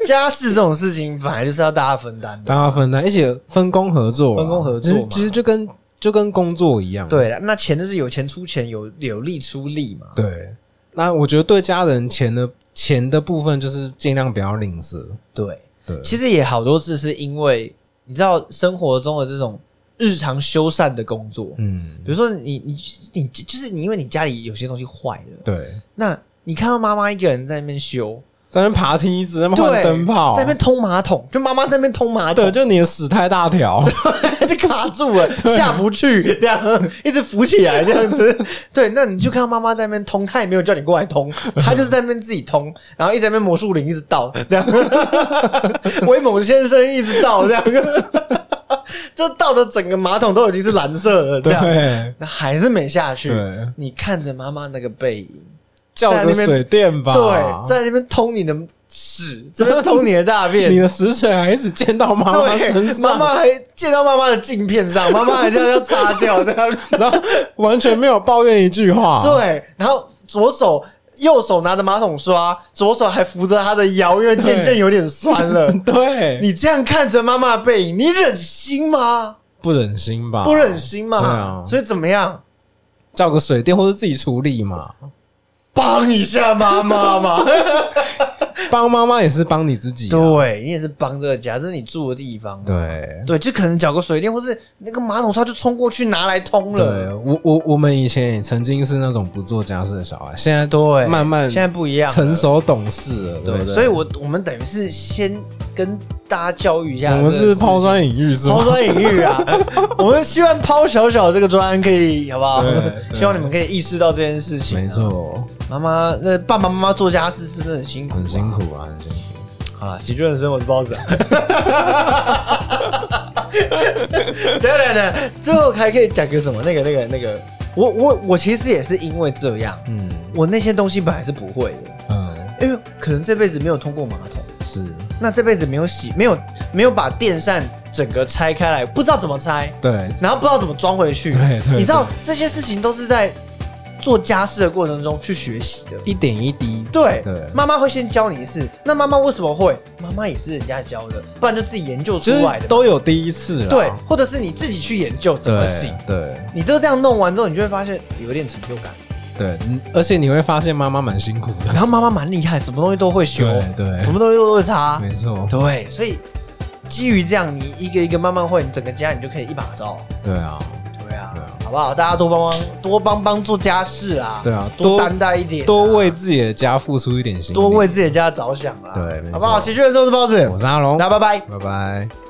[SPEAKER 1] 家事这种事情本来就是要大家分担的。
[SPEAKER 2] 大家分担，一起分工合作啦，
[SPEAKER 1] 分工合作
[SPEAKER 2] 其实
[SPEAKER 1] 嘛
[SPEAKER 2] 其实就跟就跟工作一样。
[SPEAKER 1] 对，那钱就是有钱出钱，有有力出力嘛。
[SPEAKER 2] 对，那我觉得对家人钱的钱的部分，就是尽量不要吝啬。
[SPEAKER 1] 对，
[SPEAKER 2] 对，
[SPEAKER 1] 其实也好多次是因为你知道生活中的这种日常修缮的工作，
[SPEAKER 2] 嗯
[SPEAKER 1] 比，如说你你你就是你，因为你家里有些东西坏了，
[SPEAKER 2] 对，
[SPEAKER 1] 那你看到妈妈一个人在那边修，
[SPEAKER 2] 在那边爬梯子，在那边换
[SPEAKER 1] 对，
[SPEAKER 2] 灯泡，啊
[SPEAKER 1] 在那边通马桶，就妈妈在那边通马桶
[SPEAKER 2] 对，，就你的屎太
[SPEAKER 1] *laughs*
[SPEAKER 2] 大条，
[SPEAKER 1] 就卡住了，下不去，这样一直浮起来这样
[SPEAKER 2] *laughs*
[SPEAKER 1] 子。对，那你就看到妈妈在那边通，她也没有叫你过来通，她就是在那边自己通，然后一直在那边魔术林一直倒这
[SPEAKER 2] *laughs*
[SPEAKER 1] 样，威猛先生一直倒这样， *laughs* 就倒的整个马桶都已经是蓝色了这样，
[SPEAKER 2] 对
[SPEAKER 1] 那还是没下去
[SPEAKER 2] 对。
[SPEAKER 1] 你看着妈妈那个背影，
[SPEAKER 2] 叫
[SPEAKER 1] 在
[SPEAKER 2] 个
[SPEAKER 1] 那边
[SPEAKER 2] 水电吧。
[SPEAKER 1] 对，在那边通你的屎，这边通你的大便，
[SPEAKER 2] *laughs* 你的食水还一直溅到妈妈身
[SPEAKER 1] 对，妈
[SPEAKER 2] 上，
[SPEAKER 1] 妈还溅到妈妈的镜片上，妈妈还这样要擦掉，这
[SPEAKER 2] *laughs*
[SPEAKER 1] 样
[SPEAKER 2] 然后完全没有抱怨一句话。
[SPEAKER 1] 对，然后左手。右手拿着马桶刷，左手还扶着她的腰，因为渐渐有点酸了。
[SPEAKER 2] *laughs*
[SPEAKER 1] *laughs*
[SPEAKER 2] 对，
[SPEAKER 1] 你这样看着妈妈的背影，你忍心吗？
[SPEAKER 2] 不忍心吧？
[SPEAKER 1] 不忍，心嘛。
[SPEAKER 2] 对啊
[SPEAKER 1] 所以怎么样？
[SPEAKER 2] 叫个水电或者自己处
[SPEAKER 1] *laughs*
[SPEAKER 2] 理嘛。
[SPEAKER 1] 帮一下妈妈嘛。
[SPEAKER 2] 帮妈妈也是帮你自己啊、
[SPEAKER 1] 对你也是帮这个家，这是你住的地方。啊
[SPEAKER 2] 对
[SPEAKER 1] 对，就可能缴个水电，或是那个马桶刷就冲过去拿来通
[SPEAKER 2] 对，
[SPEAKER 1] 了。
[SPEAKER 2] 我我我们以前也曾经是那种不做家事的小孩，现在都
[SPEAKER 1] 对，
[SPEAKER 2] 慢慢
[SPEAKER 1] 现在不一样了，
[SPEAKER 2] 成熟懂事了，对
[SPEAKER 1] 对
[SPEAKER 2] 不，对？
[SPEAKER 1] 所以我我们等于是先跟大家教育一下，
[SPEAKER 2] 我们是抛砖引玉，是吗
[SPEAKER 1] 抛？砖引玉
[SPEAKER 2] *laughs*
[SPEAKER 1] 啊，我们希望抛小小这个砖可以好不好
[SPEAKER 2] 对？
[SPEAKER 1] *laughs*
[SPEAKER 2] 对
[SPEAKER 1] 希望你们可以意识到这件事情。啊
[SPEAKER 2] 没，错，
[SPEAKER 1] 妈妈那爸爸妈妈做家事是真的很辛苦，
[SPEAKER 2] 很辛。苦啊，很辛苦。
[SPEAKER 1] 好啊了，喜剧人生我是 *laughs* 包子。等一下等一下，最后还可以讲个什么？那个那个那个，我我我其实也是因为这样，
[SPEAKER 2] 嗯
[SPEAKER 1] 我那些东西本来是不会的，
[SPEAKER 2] 嗯，
[SPEAKER 1] 因为可能这辈子没有通过马桶。
[SPEAKER 2] 是，
[SPEAKER 1] 那这辈子没有洗，没有没有把电扇整个拆开来，不知道怎么拆，
[SPEAKER 2] 对
[SPEAKER 1] 然后不知道怎么装回去。
[SPEAKER 2] 对对
[SPEAKER 1] 你知道这些事情都是在做家事的过程中去学习的。
[SPEAKER 2] 一点一滴，
[SPEAKER 1] 对，
[SPEAKER 2] 对
[SPEAKER 1] 妈妈会先教你一次，那妈妈为什么会？妈妈也是人家教的，不然就自己研究出
[SPEAKER 2] 就是
[SPEAKER 1] 来的嘛。
[SPEAKER 2] 都有第一次啦，
[SPEAKER 1] 对，或者是你自己去研究怎么洗，
[SPEAKER 2] 对
[SPEAKER 1] 你都这样弄完之后，你就会发现有一点成就感。
[SPEAKER 2] 对，嗯而且你会发现妈妈蛮辛苦
[SPEAKER 1] *laughs*
[SPEAKER 2] 的，
[SPEAKER 1] 然后妈妈蛮厉害，什么东西都会修，
[SPEAKER 2] 对对
[SPEAKER 1] 什么东西都会擦，
[SPEAKER 2] 没错，
[SPEAKER 1] 对，所以基于这样，你一个一个慢慢会，你整个家你就可以一把抓。
[SPEAKER 2] 对啊，
[SPEAKER 1] 对啊，
[SPEAKER 2] 对啊
[SPEAKER 1] 好不好？大家多帮帮，多帮帮做家事啊，
[SPEAKER 2] 对啊
[SPEAKER 1] 多
[SPEAKER 2] 多
[SPEAKER 1] 担待一点啊、
[SPEAKER 2] 多为自己的家付出一点心力，
[SPEAKER 1] 多为自己的家着想啦，啊
[SPEAKER 2] 对没错
[SPEAKER 1] 好不好？喜剧的时候是包子，
[SPEAKER 2] 我是阿龙，
[SPEAKER 1] 大家拜拜。
[SPEAKER 2] 拜拜。